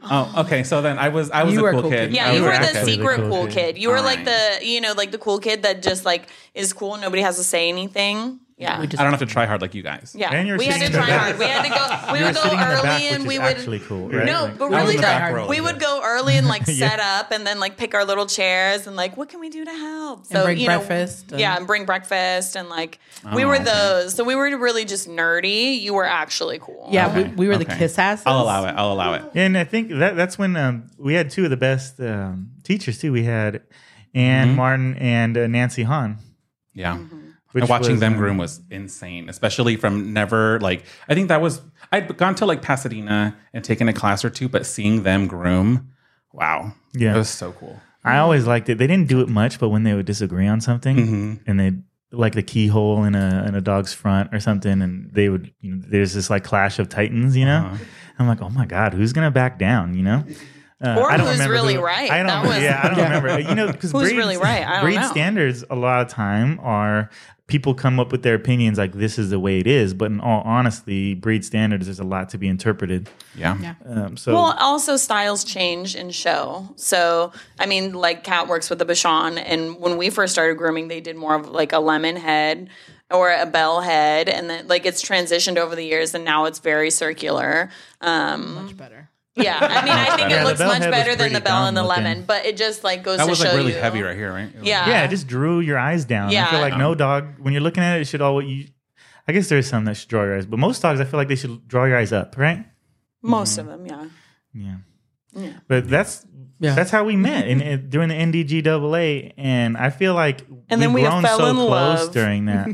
Oh, okay. So then I was I was
You
a
were
cool, kid.
Yeah,
I
you
was
were
a
the
kid.
secret
cool
cool,
kid.
kid. You were
All
like the, you know, like the cool kid that just like is cool. Nobody has to say anything. Yeah.
We just
I don't have to try hard like you guys.
Yeah.
And you're
we had
sitting
to
in the
try
back.
hard. We had to go, we
You were
would go
sitting in the
early
back,
and
which
we
is
would.
actually cool, right?
No,
Like,
but
I was
really,
in the back
though,
row.
we would go early and like set up and then like pick our little chairs and like, what can we do to help? So,
bring
you know,
breakfast and-
yeah, and bring breakfast. And like, we were
okay.
those. So we were really just nerdy. You were actually cool.
yeah,
Okay,
we, we were the
okay.
kiss asses.
I'll allow it. I'll allow it.
And I think that that's when um, we had two of the best um, teachers too. We had Ann
Mm-hmm.
Martin and uh, Nancy Hahn.
Yeah.
Mm-hmm.
Which
and watching
was,
them
um,
groom was insane, especially from never like I think that was I'd gone to like Pasadena and taken a class or two, but seeing them groom, wow,
Yeah.
it was so cool.
I always liked it. They didn't do it much, but when they would disagree on something, and they would like the keyhole in a in a dog's front or something, and they would you know, there's this like clash of titans, you know. I'm like, oh my god, who's gonna back down, you know? Uh,
Or who's really
who-
right.
I don't.
That was-
yeah, I don't remember. Uh, You know, because
Who's really right? I don't
breed
know.
standards a lot of time are people come up with their opinions like this is the way it is, but in all honesty, breed standards there's a lot to be interpreted.
Yeah.
Um, so
Well, also styles change and show. So, I mean, like Cat works with the Bashan, and when we first started grooming, they did more of like a lemon head or a bell head, and then like it's transitioned over the years, and now it's very circular. Um,
Much better.
yeah, I mean, I think
Yeah,
it
the
looks
bell
much
head was
better than
pretty
the bell and the
dumb looking.
lemon, but it just like goes
That
to
was
show
like really
you.
heavy right here, right? It was-
Yeah.
yeah, it just drew your eyes down. I
Uh, Yeah.
feel like
Um,
no dog when you're looking at it, it should always. You, I guess there's some that should draw your eyes, but most dogs I feel like they should draw your eyes up, right?
Most of them, yeah.
Yeah. But that's
Yeah.
that's how we met in, in during the NDGAA, and I feel like
And then
we've
we
grown
fell
so
in
close
love.
during that.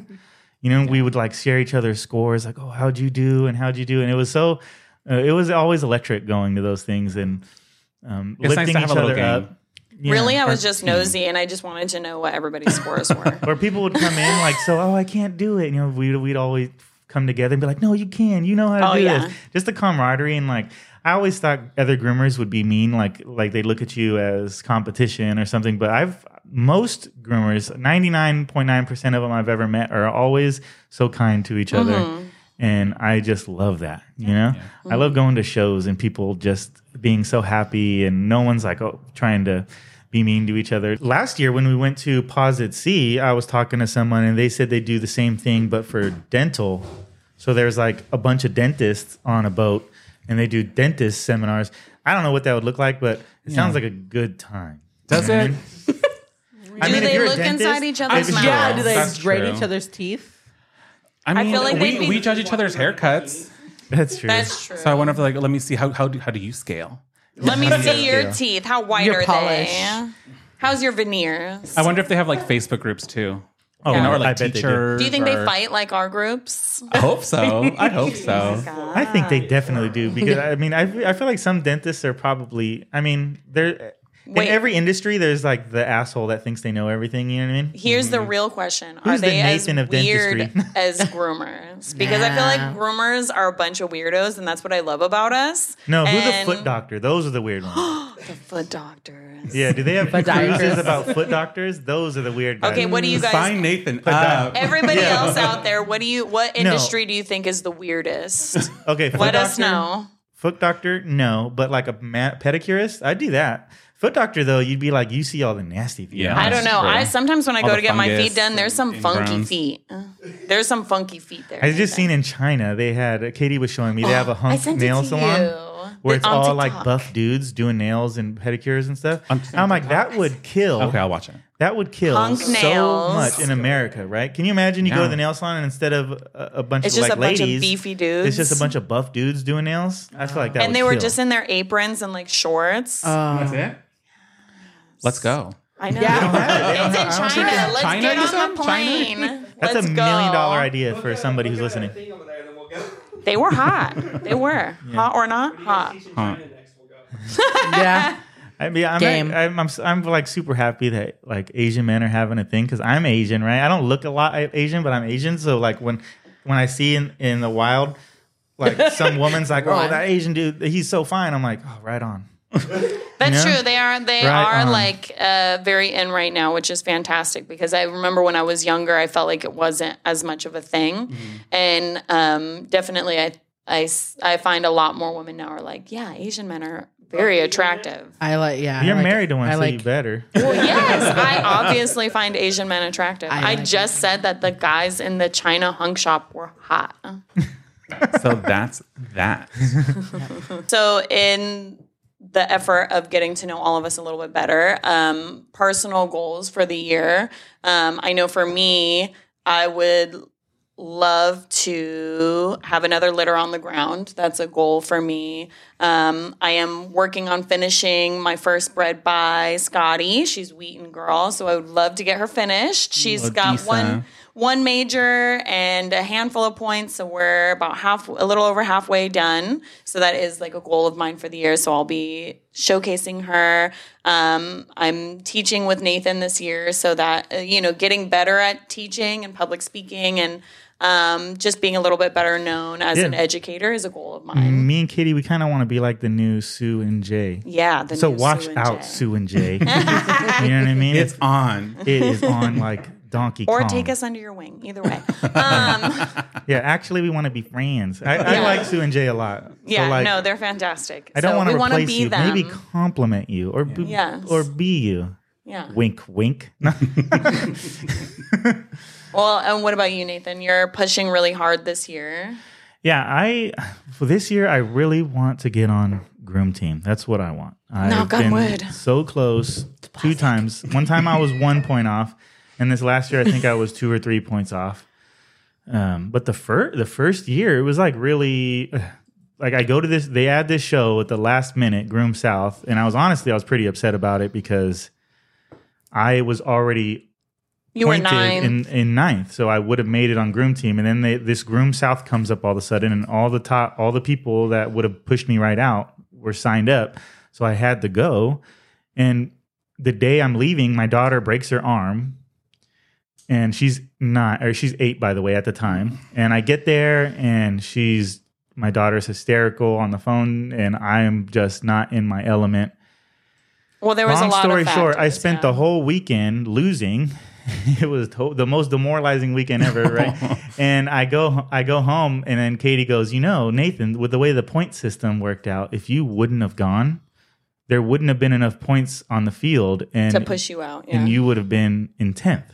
you know, we would like share each other's scores, like, "Oh, how'd you do?" and "How'd you do?" and it was so, uh, it was always electric going to those things and um,
It's nice
lifting
to have
each
a little
other
gang.
up. Yeah.
Really, I was
Or-
just nosy, and I just wanted to know what everybody's scores were.
or people would come in like, so, oh, I can't do it. You know, we'd, we'd always come together and be like, no, you can. You know how to
Oh,
do
yeah.
this. Just the camaraderie and like, I always thought other groomers would be mean, like like they look at you as competition or something. But I've most groomers, ninety nine point nine percent of them I've ever met, are always so kind to each
Mm-hmm.
other, and I just love that. You know, I love going to shows and people just being so happy, and no one's like oh trying to be mean to each other. Last year, when we went to Posit C, I was talking to someone and they said they do the same thing, but for dental. So there's like a bunch of dentists on a boat and they do dentist seminars. I don't know what that would look like, but it sounds like a good time.
Does it?
I
Do
mean, if
they
you're a
look
dentist,
inside each
I'm
other's
sure-
mouths?
Yeah, do they
That's
grate
true.
each other's teeth?
I mean,
feel like
we,
they'd be-
we judge each other's haircuts,
That's true.
That's true.
so I wonder if like let me see how how do, how do you scale?
Let me see your teeth. How white
Your
are
polish.
they? How's your veneers?
I wonder if they have like Facebook groups too.
oh,
You know, or
I
like
bet they do.
teachers.
Do you think
or-
they fight like our groups?
I hope so. I hope so.
I think they definitely do because I mean, I, I feel like some dentists are probably, I mean, they're.
Wait.
in every industry, there's like the asshole that thinks they know everything. You know what I mean?
Here's the real question: Are
Mm-hmm. Who's the
they as
Nathan of
weird
dentistry?
as groomers? Because I feel
Yeah.
like groomers are a bunch of weirdos, and that's what I love about us.
No, who's
And-
the foot doctor? Those are the weird ones.
The foot doctors.
yeah, do they have
Podiatrists.
cruises about foot doctors? Those are the weird guys.
Okay, what do you guys?
Sign Nathan
that-
up.
Everybody
Yeah.
else out there, what do you? What
No.
industry do you think is the weirdest?
Okay, foot
Let us
doctor?
know.
Foot doctor, no, but like a ma- pedicurist, I'd do that. Foot doctor though, you'd be like, you see all the nasty feet.
Yeah.
I don't know.
Sure.
I sometimes when I
All
go
the
to get my
fungus
feet done, there's some
and
funky
groans.
feet. There's some funky feet there.
I just seen in China they had Katie was showing me they have
Oh,
a
I
hunk
sent it
nail
to
salon
you.
where it's
On
all
TikTok.
like buff dudes doing nails and pedicures and stuff.
On
And I'm like, that would kill.
Okay, I'll watch it.
That would kill
Punk
so
nails.
much in America, right? Can you imagine you go to
Yeah.
the nail salon and instead of a, a bunch
It's
of
just
like
a bunch
ladies,
of beefy dudes.
it's just a bunch of buff dudes doing nails? I feel like that.
and
would
they were
kill. Uh,
just in their aprons and like shorts.
That's it. Let's go.
I know.
Yeah.
It's in
I don't
China.
think-
Let's
China,
get
you
on the
said? China?
plane.
That's
Let's
a
go.
million dollar idea for somebody who's listening.
They were hot. They were hot or not hot.
Huh.
yeah.
I mean, I'm,
Game.
I'm, I'm, I'm like super happy that like Asian men are having a thing because I'm Asian, right? I don't look a lot uh, Asian, but I'm Asian. So like when when I see in, in the wild, like some woman's like, oh,
Right.
that Asian dude, he's so fine. I'm like, oh, right on.
That's
Yeah.
true. They are they
Right
are
on.
like uh, very in right now, which is fantastic because I remember when I was younger, I felt like it wasn't as much of a thing,
Mm-hmm.
and um, definitely I, I s- I find a lot more women now are like, yeah, Asian men are very attractive.
I like. Yeah. I
You're
like it.
married to one,
I
so
like.
you better.
Well, yes, I obviously find Asian men attractive.
I
I,
like
just said that the guys in the China hunk shop were hot.
So that's that.
So, in the effort of getting to know all of us a little bit better, um, personal goals for the year. Um, I know for me, I would love to have another litter on the ground. That's a goal for me. Um, I am working on finishing my first bread by Scotty. She's Wheaton girl, so I would love to get her finished. She's
Love
got
Disa.
one one major and a handful of points, so we're about half, a little over halfway done. So that is like a goal of mine for the year. So I'll be showcasing her. Um, I'm teaching with Nathan this year, so that uh, you know, getting better at teaching and public speaking and um, just being a little bit better known as
Yeah. Mm-hmm.
an educator is a goal of mine.
Me and Katie, we kind of want to be like the new Sue and Jay.
Yeah. The
So
new
watch
Sue and
out,
Jay.
Sue and Jay. you know what I mean?
It's on.
it is on like Donkey
Or
Kong.
take us under your wing. Either way. Um,
Yeah, actually, we want to be friends. I, I
Yeah.
like Sue and Jay a lot.
yeah.
so like,
no, they're fantastic.
I don't
So
want to
we wanna
replace
be
you.
Them.
Maybe compliment you or be,
Yes.
or be you.
yeah.
Wink, wink. No.
Well, and what about you, Nathan? You're pushing really hard this year.
yeah, I for this year I really want to get on groom team. That's what I want. I've
Knock on
been
wood.
So close two times. One time I was one point off, and this last year I think I was two or three points off. Um, but the first the first year it was like really like I go to this they add this show at the last minute, Groom South, and I was honestly I was pretty upset about it because I was already
You were
pointed
nine.
in, in ninth, so I would have made it on groom team. And then they, this groom south comes up all of a sudden, and all the top, all the people that would have pushed me right out were signed up. So I had to go. And the day I'm leaving, my daughter breaks her arm, and she's not, or she's eight by the way at the time. And I get there, and she's my daughter's hysterical on the phone, and I'm just not in my element.
well, there was
Long
a lot
story
of
short, I
factors,
spent
yeah.
the whole weekend losing. it was to- the most demoralizing weekend ever, right? and I go, I go home, and then Katie goes, "You know, Nathan, with the way the point system worked out, if you wouldn't have gone, there wouldn't have been enough points on the field, and
to push you out. Yeah.
and you would have been in tenth.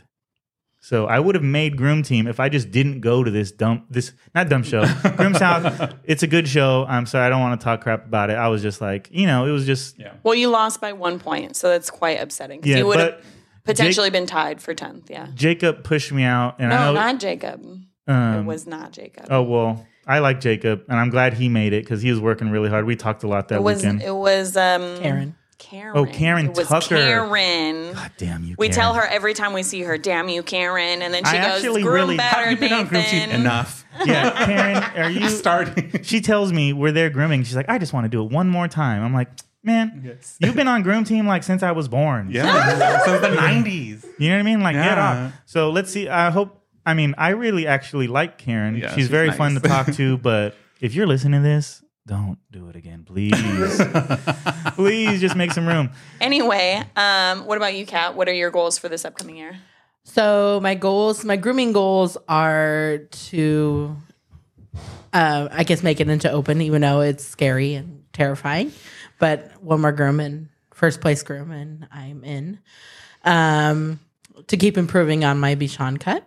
So I would have made Groom Team if I just didn't go to this dump, this not dump show, Groom South. It's a good show. I'm sorry, I don't want to talk crap about it. I was just like, you know, it was just
Yeah.
well, you lost by one point, so that's quite upsetting. 'cause
Yeah,
you would
but
have potentially been tied for tenth. Yeah.
Jacob pushed me out, and I
No,
know
not Jacob.
um,
it was not Jacob.
Oh well, I like Jacob, and I'm glad he made it because he was working really hard. We talked a lot that
it was.
weekend.
It was um,
Karen.
Karen.
Oh, Karen
it was
Tucker.
Karen.
God damn you!
we
Karen.
tell her every time we see her, "Damn you, Karen," and then she
I
goes,
actually
"Groom
really-
better,
Have you been on group team
Nathan."
enough?
Yeah, Karen, are you?
Starting.
she tells me we're there grooming. She's like, I just want to do it one more time. I'm like, man,
Yes.
you've been on groom team like since I was born.
Yeah, since the '90s.
You know what I mean? Like, get
Yeah.
off. So let's see. I hope. I mean, I really actually like Karen.
Yeah,
she's,
she's
very
nice.
fun to talk to. But if you're listening to this, don't do it again, please. please, just make some room.
Anyway, um, what about you, Kat? What are your goals for this upcoming year?
So my goals, my grooming goals are to, uh, I guess, make it into open, even though it's scary and terrifying. But one more groom and first place groom, and I'm in. Um, to keep improving on my Bichon cut,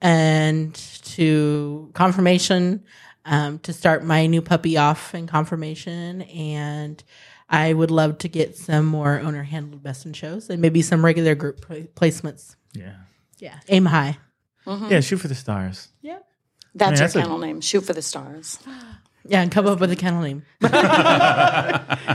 and to confirmation, um, to start my new puppy off in confirmation, and I would love to get some more owner handled best in shows, and maybe some regular group pla- placements.
Yeah.
Yeah. Aim high.
Mm-hmm. Yeah. Shoot for the stars.
Yep.
That's
that's a-
your kennel name. Shoot for the stars.
Yeah, and come up with a kennel name.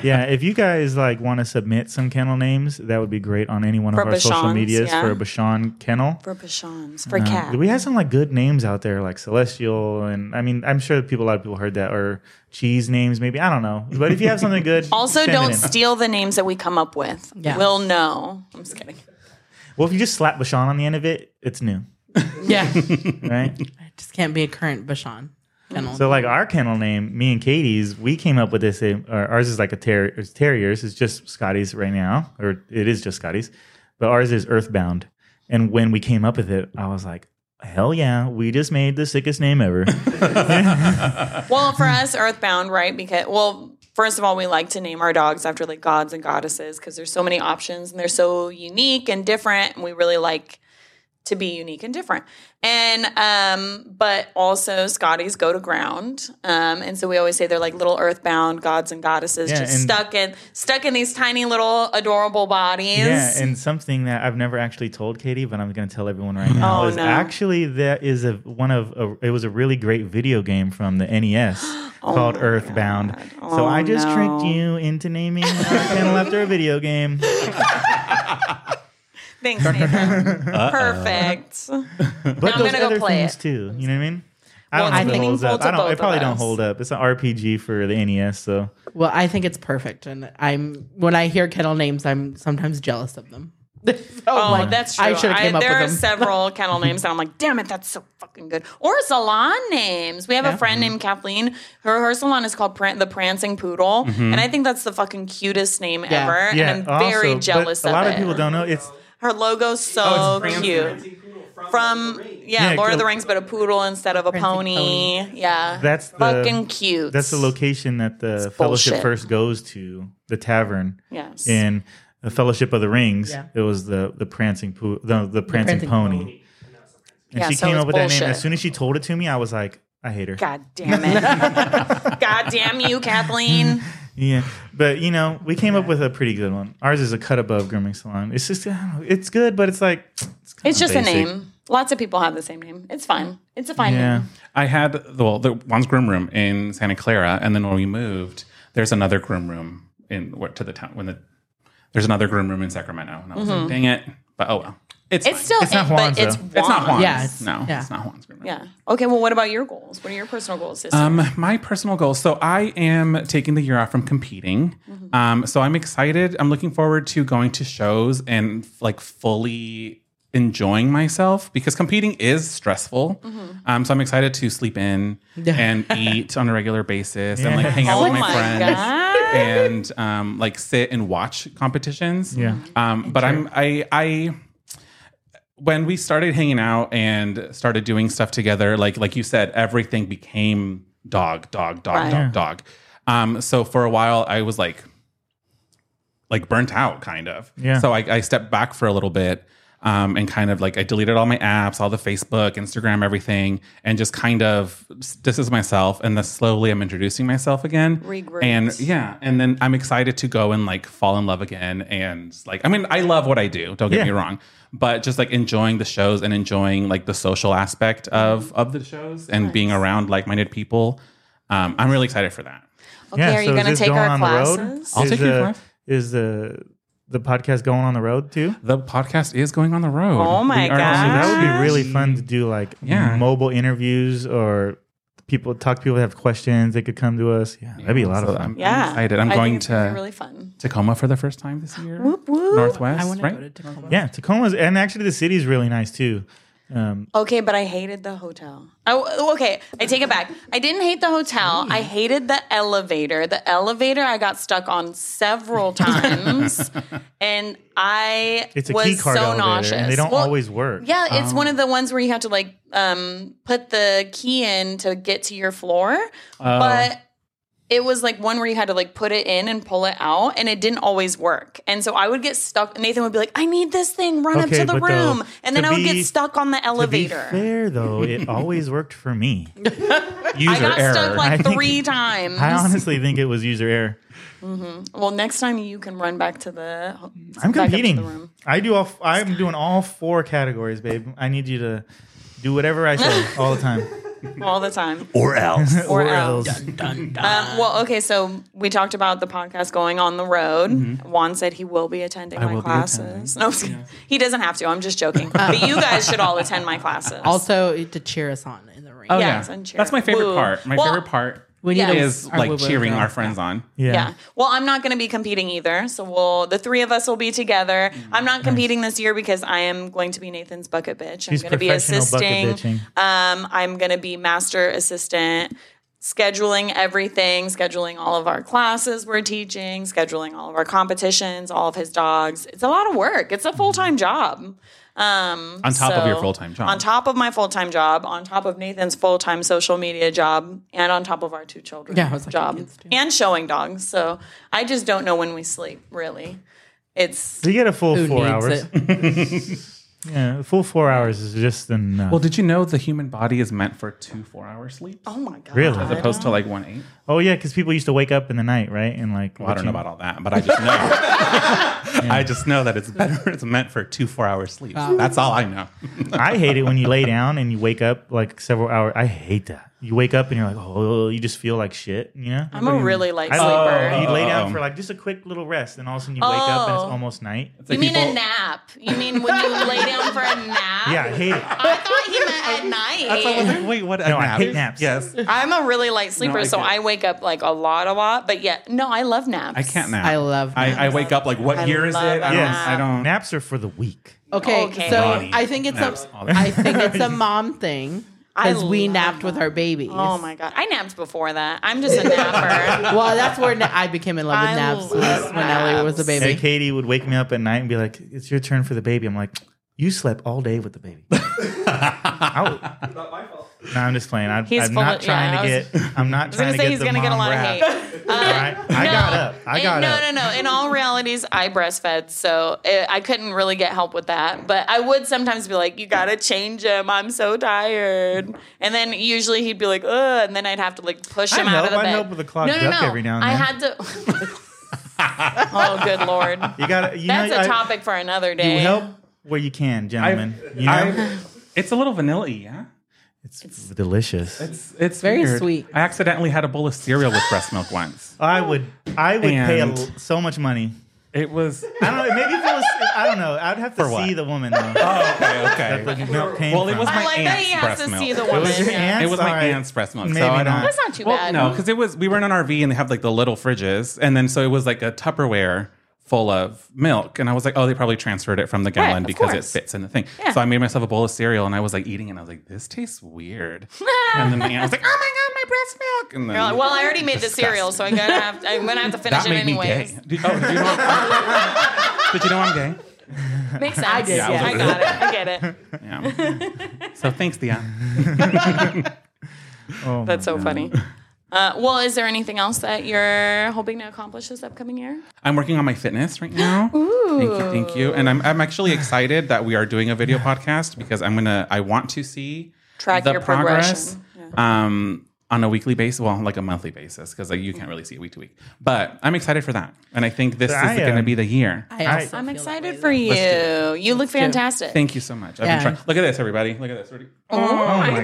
yeah. If you guys like want to submit some kennel names, that would be great on any one
For
of our social
Bashan's,
medias
yeah.
for a Bashan kennel.
For Pashans. For
Uh,
Kat.
we had some like good names out there, like Celestial, and I mean, I'm sure people, a lot of people heard that, or cheese names, maybe. I don't know. But if you have something good,
also,
send it
don't
in.
steal the names that we come up with.
Yeah.
We'll know. I'm just kidding.
Well, if you just slap Bashan on the end of it, it's new,
Yeah.
right?
it just can't be a current Bashan kennel.
so, like our kennel name, me and Katie's, we came up with this. Name, or ours is like a ter- it's terriers. It's just Scotty's right now, or it is just Scotty's, but ours is Earthbound. And when we came up with it, I was like, hell yeah, we just made the sickest name ever.
Well, for us, Earthbound, right? Because well, first of all, we like to name our dogs after like gods and goddesses because there's so many options and they're so unique and different, and we really like to be unique and different. And um, but also Scotties go to ground, um, and so we always say they're like little Earthbound gods and goddesses,
Yeah,
just
and-
stuck in stuck in these tiny little adorable bodies.
Yeah, and something that I've never actually told Katie, but I'm going to tell everyone right now
Oh,
is
no.
actually that is a one of a, it was a really great video game from the NES called Earthbound. so
Oh,
I just
no.
tricked you into naming our channel after a video game.
Thanks, Nathan. Perfect.
But
I'm
those
gonna go
other
play
things
it.
too. You know what I mean? I
Well,
don't know
I
if it
think-
holds up.
holds
I
up
don't.
both
It
of
probably don't
us.
hold up. It's an RPG for the NES, so
well, I think it's perfect. And I'm when I hear kennel names, I'm sometimes jealous of them. So,
Oh,
like,
that's true.
I should have came up
there are
with them.
several kennel names that I'm like, damn it, that's so fucking good. Or salon names. We have a friend named Kathleen. Her her salon is called Pran- the Prancing Poodle, and I think that's the fucking cutest name
Yeah.
ever. And I'm very
also, but
jealous
A lot
of
of people
it.
don't know it's.
Her logo's so cute. From yeah,
Yeah,
Lord
good.
of the Rings, but a poodle instead of a
Prancing
pony. Yeah,
That's the-
fucking cute.
uh, That's the location that the fellowship
bullshit.
first goes to, the tavern.
Yes.
In the Fellowship of the Rings,
Yeah.
it was the the prancing poo, the, the prancing
prancing
pony.
pony.
And
Yeah,
she
so
came
it's
up with that name.
bullshit.
As soon as she told it to me, I was like, I hate her.
God damn it! God damn you, Kathleen.
Yeah, but you know, we came up with a pretty good one. Ours is a cut above grooming salon. It's just, I don't know, it's good, but it's like, it's, kinda
It's just
basic.
a name. Lots of people have the same name. It's fine. It's a fine
Yeah,
name.
I had the, well, the one's groom room in Santa Clara, and then when we moved, there's another groom room in where- to the town. When the there's another groom room in Sacramento, and I was like, dang it, but oh well, it's
It's
fine.
still
It's not
it,
Juan's,
but it's
though.
Juan.
it's not Juan's.
Yeah, it's-
no,
yeah.
it's not Juan's groom room.
Yeah. Okay. Well, what about your goals? What are your personal goals this year?
Um, my personal goals. So I am taking the year off from competing. Um, so I'm excited. I'm looking forward to going to shows and like fully enjoying myself because competing is stressful. Um, so I'm excited to sleep in and eat on a regular basis and like hang out
Oh
with my,
my
friends
God.
and um, like sit and watch competitions.
Yeah.
Um, but I'm I I when we started hanging out and started doing stuff together, like like you said, everything became dog, dog, dog,
Right.
dog, dog. Um, so for a while, I was like, like burnt out, kind of.
Yeah.
So I, I stepped back for a little bit, um, and kind of like I deleted all my apps, all the Facebook, Instagram, everything, and just kind of this is myself. And then slowly, I'm introducing myself again.
Regroup.
And yeah, and then I'm excited to go and like fall in love again. And like, I mean, I love what I do. Don't get
Yeah.
me wrong, but just like enjoying the shows and enjoying like the social aspect of
Mm-hmm.
of the shows and being around like minded people. Um, I'm really excited for that.
okay.
yeah.
are you
so is
going to
this
take
going
our
on the road?
classes?
I'll
Is
take your
the-
class.
Is the the podcast going on the road too?
The podcast is going on the road.
Oh my
We are-
gosh.
So that would be really fun to do like
Yeah.
mobile interviews or people talk to people that have questions. They could come to us. Yeah, that'd be a lot
So
of fun.
I'm, I'm
Yeah.
excited. I'm
I think
going
it's gonna
to
be really fun.
Tacoma for the first time this year.
Whoop, whoop.
Northwest,
I want to
right?
go to Tacoma.
yeah, Tacoma's and actually the city's really nice too. Um,
Okay, but I hated the hotel. Oh, okay, I take it back. I didn't hate the hotel. I hated the elevator. The elevator I got stuck on several times, and I
it's a
was
key card
so
elevator,
nauseous.
and they don't
Well,
always work.
Yeah, it's
Um,
one of the ones where you have to like um, put the key in to get to your floor,
Oh.
but it was like one where you had to like put it in and pull it out, and it didn't always work. And so I would get stuck. Nathan would be like, "I need this thing. Run up
Okay,
to the
but
room,"
though,
and then
to
I would
be-
get stuck on the
To be
elevator.
fair though, it always worked for me.
User
I got
error.
stuck
I
like
think-
three times.
I honestly think it was user error.
well, next time you can run back to the.
I'm
back up to the
competing.
room.
I do all. I'm doing all four categories, babe. I need you to do whatever I say all the time.
all the time.
or else.
Or,
else.
Um, well, okay, so we talked about the podcast going on the road. Juan said he will be attending my
will be
classes. No, I'm just kidding. he doesn't have to. I'm just joking. but you guys should all attend my classes.
Also, to cheer us on in the rain.
Oh,
Yeah,
yeah.
it's on cheer.
That's my favorite
Woo.
part. My
Well,
favorite part
we need
yeah.
a-
is
our
like
woo-woo
cheering
girl.
our friends on.
Yeah.
yeah. Well, I'm not going to be competing either. So we'll the three of us will be together.
Mm-hmm.
I'm not competing this year because I am going to be Nathan's bucket bitch. I'm
She's
going to be
professional bucket
assisting.
bitching.
Um, I'm going to be master assistant, scheduling everything, scheduling all of our classes we're teaching, scheduling all of our competitions, all of his dogs. It's a lot of work. It's a full time
Mm-hmm.
job. Um,
On top of your full-time job.
On top of my full time job, on top of Nathan's full time social media job, and on top of our two children's
Yeah, I was like,
job
kids too.
and showing dogs. So I just don't know when we sleep, really. It's
So you get a full
Who
four
needs
hours.
it?
Yeah, a full four hours is just enough.
Well, did you know the human body is meant for two four hour sleep
oh my god.
Really?
as opposed to like one eight?
oh yeah, because people used to wake up in the night, right? And like,
Well, I don't know about all that, but I just know. I just know that it's better. It's meant for two four hour sleep. That's all I know.
I hate it when you lay down and you wake up like several hours. I hate that. You wake up and you're like, oh, you just feel like shit. You know?
I'm a really light
I like,
sleeper.
you lay
Oh.
down for like just a quick little rest, and all of a sudden you wake up and it's
Oh.
almost night.
you mean a nap? You mean when you lay down for a nap?
Yeah, I hate it.
I thought he meant at night.
Wait, what?
No, I nap? hate naps.
Yes,
I'm a really light sleeper,
No, I
so
get it.
I wake up like a lot, a lot. But yeah, no, I love naps.
I can't nap.
I love naps.
I, I wake up like, what
I
year is it?
love
I don't.
naps.
I don't.
Naps are for the weak.
Okay,
Okay.
so
Ronnie
I think it's
naps
a
all the time.
I think it's a mom thing
I
because we
love
napped with
that.
our babies.
Oh my god, I napped before that. I'm just a napper.
Well, that's where na- I became in love with
I
naps
love
was when Ellie was a
naps.
And
baby.
Katie would wake me up at night and be like, "It's your turn for the baby." I'm like, "You slept all day with the baby." Out. Not my fault. No, I'm just playing. I,
He's
I'm
full
not
of-
trying
yeah, I
to get. I'm not
I was gonna
trying to
say
get
he's
the
gonna get a
mom
lot of
rap.
hate.
All right, I got up. I
In-
got
no,
up.
no, no. In all realities, I breastfed, so eh, I couldn't really get help with that. But I would sometimes be like, "You gotta change him. I'm so tired." And then usually he'd be like, "Ugh," and then I'd have to like push
I
him out of
help.
the
I
bed.
help with a clogged
no, no,
duck
no.
every now and
I
then.
had to. oh, good lord.
You got. You
That's
know,
a
I-
topic for another
You
day.
help where you can, gentlemen.
I've-
you know,
I've- it's a little vanilla, yeah.
it's, delicious.
It's it's
Very
weird.
sweet.
I accidentally had a bowl of cereal with breast milk once.
I would. I would pay a
And-
l- so much money.
It was.
I don't know. Maybe if it was, I don't know. I'd have to
For what?
see the woman though.
Oh, okay,
that the
okay.
milk came
Well, it
from.
was
I
my
like that he
aunt's
has to
breast
see the
milk.
woman.
was your
yeah.
aunt?
It was my
Sorry.
aunt's breast milk,
Maybe
so I don't.
not. That's
not too
well,
bad.
No, because it was we were in an RV and they have like the little fridges, and then so it was like a Tupperware full of milk, and I was like, oh, they probably transferred it from the
Right,
gallon
of
because
course.
it fits in the thing.
Yeah.
So I made myself a bowl of cereal, and I was like eating, it, and I was like, this tastes weird. and then the aunt was like, oh my god, my breast milk. And then
You're like, well, I already made the cereal, so I'm gonna have I'm gonna have to finish
that
it
made me
anyways.
gay. Do- oh, do you know I'm- Did you know I'm gay?
Makes sense. I
did, Yeah, I
I,
was yeah.
got it. I get it.
Yeah. so thanks, Dion.
Oh,
That's so funny. Uh, well, is there anything else that you're hoping to accomplish this upcoming year?
I'm working on my fitness right now. Thank you, thank you. And I'm I'm actually excited that we are doing a video podcast because I'm gonna I want to see
Track
the
your
progress.
progression. Yeah.
Um on a weekly basis, well, like a monthly basis, because like you can't really see it week to week. But I'm excited for that, and I think this
I,
is going
uh,
to be the year.
I
I-
also
I'm
feel that
excited
way,
for
though.
you. You look fantastic.
Thank you so much. I've
Yeah.
been trying. Look at this, everybody. Look at this. Ready?
Oh,
my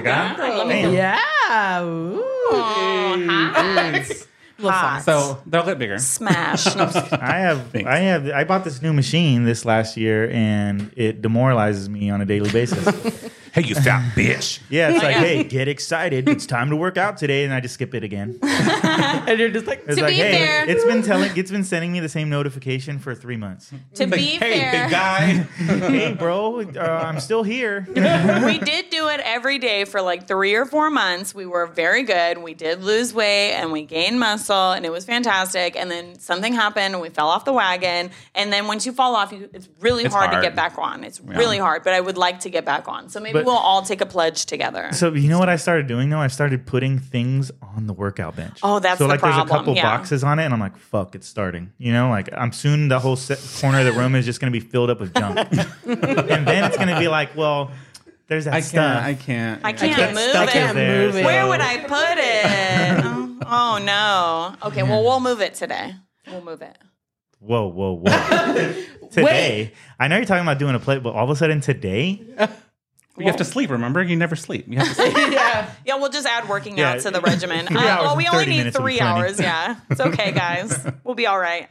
God.
Let me
Damn.
Yeah. Ooh. Little
Hot.
fox.
So they'll get bigger.
smash. No, I'm just kidding.
I have I have I bought this new machine this last year and it demoralizes me on a daily basis.
Hey, you fat bitch.
Yeah, it's like,
yeah.
hey, get excited. It's time to work out today. And I just skip it again.
and you're just like,
It's
To
like,
be
hey,
fair-
it's been telling it's been sending me the same notification for three months.
To
Like,
be
hey,
fair,
big guy.
hey, bro, uh, I'm still here.
we did do it every day for like three or four months. We were very good. We did lose weight and we gained muscle and it was fantastic. And then something happened and we fell off the wagon. And then once you fall off, you, it's really
It's
hard,
hard.
to get back on. It's really hard, but I would like to get back on. So maybe
But-
we'll all take a pledge together.
So you know what I started doing though? I started putting things on the workout bench.
Oh, that's
so
the
like there's a
problem,
couple
yeah.
boxes on it, and I'm like, fuck, it's starting. You know, like I'm soon the whole set, corner of the room is just gonna be filled up with junk, and then it's gonna be like, well, there's that
I
stuff.
can't. I can't.
I can't
that
move
stuff
it.
is
Can't
there,
move it.
so-
Where would I put it? oh, oh, no. Okay, well, we'll move it today. We'll move it.
Whoa, whoa, whoa! today, I know you're talking about doing a plate, but all of a sudden today,
You have to sleep. Remember, you never sleep. You have to sleep.
yeah.
Yeah, we'll just add working
Yeah.
out to the regimen.
Three
Uh,
hours
well,
and
we only
30
need
minutes will be
three
plenty.
hours. Yeah, it's okay, guys. We'll be all right.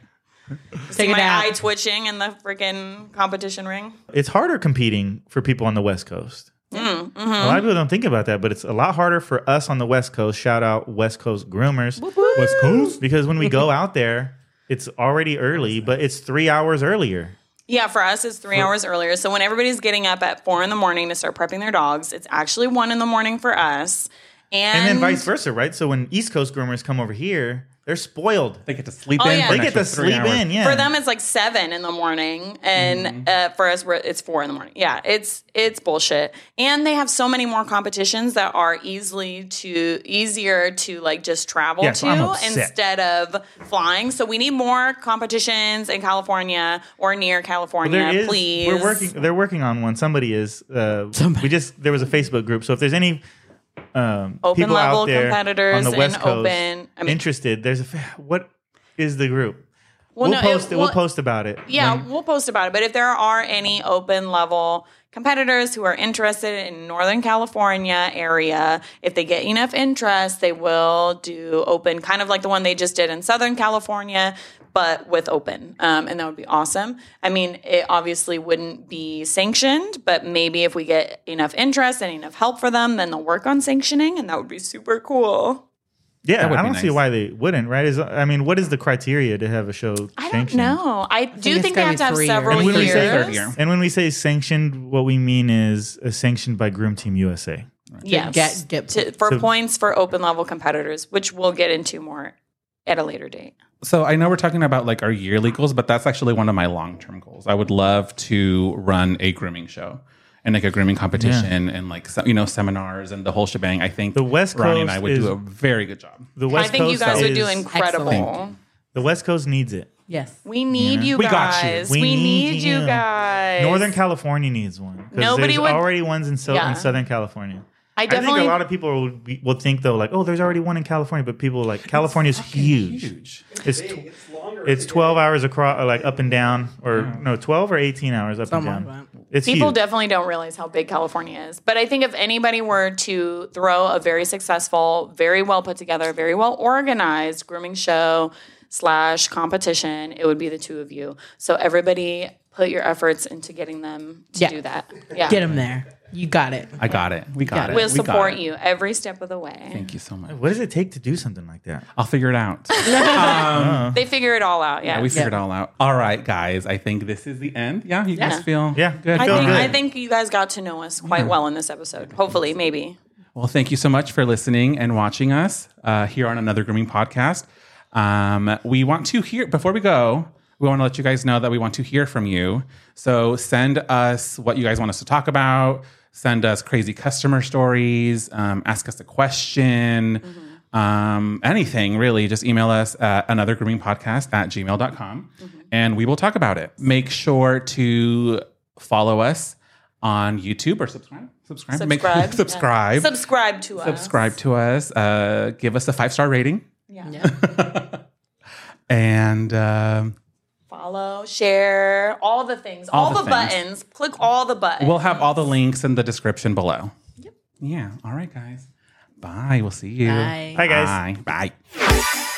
See
Take it
my
out.
eye twitching in the freaking competition ring.
it's harder competing for people on the West Coast. A lot of people don't think about that, but it's a lot harder for us on the West Coast. Shout out West Coast groomers. West Coast. Because when we go out there, it's already early, but it's three hours earlier.
Yeah, for us, it's three hours earlier. So when everybody's getting up at four in the morning to start prepping their dogs, it's actually one in the morning for us. And,
And then vice versa, right? So when East Coast groomers come over here, they're spoiled.
They get to sleep
Oh,
in.
yeah.
for
They
an
get
extra
to
three
sleep
hours.
in, yeah.
For them, it's like seven in the morning,
Mm-hmm.
and uh, for us, we're, it's four in the morning. Yeah, it's it's bullshit. And they have so many more competitions that are easily to easier to like just travel
Yes,
to
I'm upset.
instead of flying. So we need more competitions in California or near California,
There is-
please.
We're working. They're working on one. Somebody is. Uh,
Somebody.
We just there was a Facebook group. So if there's any um,
Open
people
level
out there
competitors
on the
and
West Coast
open- I mean-
interested, there's a fa- what is the group? We'll,
no, it-
post it. We'll,
well-
post about it.
Yeah,
when-
we'll post about it. But if there are any open level competitors who are interested in Northern California area, if they get enough interest, they will do open, kind of like the one they just did in Southern California, but with open. Um, and that would be awesome. I mean, it obviously wouldn't be sanctioned, but maybe if we get enough interest and enough help for them, then they'll work on sanctioning, and that would be super cool.
yeah.
would
I
be
don't see
nice.
why they wouldn't. Right? Is I mean, what is the criteria to have a show?
I don't
sanctioned?
know. I do
it's
think, they
gotta
have
be
to have several
three
years.
And when we
years.
say
third year.
And when we say sanctioned, what we mean is uh, sanctioned by Groom Team USA.
Yes.
get- get
To- for
So-
points for open level competitors, which we'll get into more at a later date.
So I know we're talking about like our yearly goals, but that's actually one of my long term goals. I would love to run a grooming show and like a grooming competition and like some, you know seminars and the whole shebang. I think
The West
Ronnie and
Coast
I would
is-
do a very good job.
The West
I think you
Coast
guys would
is-
do incredible.
excellent.
The West Coast needs it.
Yes.
We need you
We got you.
guys.
We
We,
need
need,
you.
you guys.
Northern California needs one. 'Cause
Nobody
there's
would-
already ones in, so-
Yeah.
in Southern California.
I
I think
definitely
a lot of people will, be, will think though, like, oh, there's already one in California, but people are like California's huge. It's tw- it's 12 hours across, like up and down, or no, 12 or 18 hours up
Something
and down.
like
It's
People
huge.
definitely don't realize how big California is. But I think if anybody were to throw a very successful, very well put together, very well organized grooming show slash competition, it would be the two of you. So everybody put your efforts into getting them to
Yeah.
do that. Yeah.
Get him there. You got it.
I got it. We got it.
We'll
We got
support
it.
you every step of the way.
Thank you so much.
what does it take to do something like that?
I'll figure it out.
They figure it all out. Yeah.
Yeah, we figured it all out. All right, guys. I think this is the end. Yeah, you guys
Yeah.
feel
Yeah.
good.
I
feel
think,
good.
I think you guys got to know us quite well in this episode. Hopefully, maybe.
Well, thank you so much for listening and watching us uh, here on another grooming podcast. Um, we want to hear, before we go, we want to let you guys know that we want to hear from you. So send us what you guys want us to talk about, send us crazy customer stories, um, ask us a question,
Mm-hmm.
um, anything really. Just email us at another grooming podcast at gmail.com
Mm-hmm.
and we will talk about it. Make sure to follow us on YouTube or subscribe. Subscribe.
Subscribe,
Make,
yeah.
subscribe
Subscribe to us.
subscribe to us, uh, give us a five star rating,
Yeah.
and um
Follow, share, all the things, all,
the
the,
things.
buttons. Click all the buttons.
we'll have all the links in the description below. Yep. Yeah. All right, guys. Bye. We'll see you.
Bye.
Hi, guys.
Bye. Bye.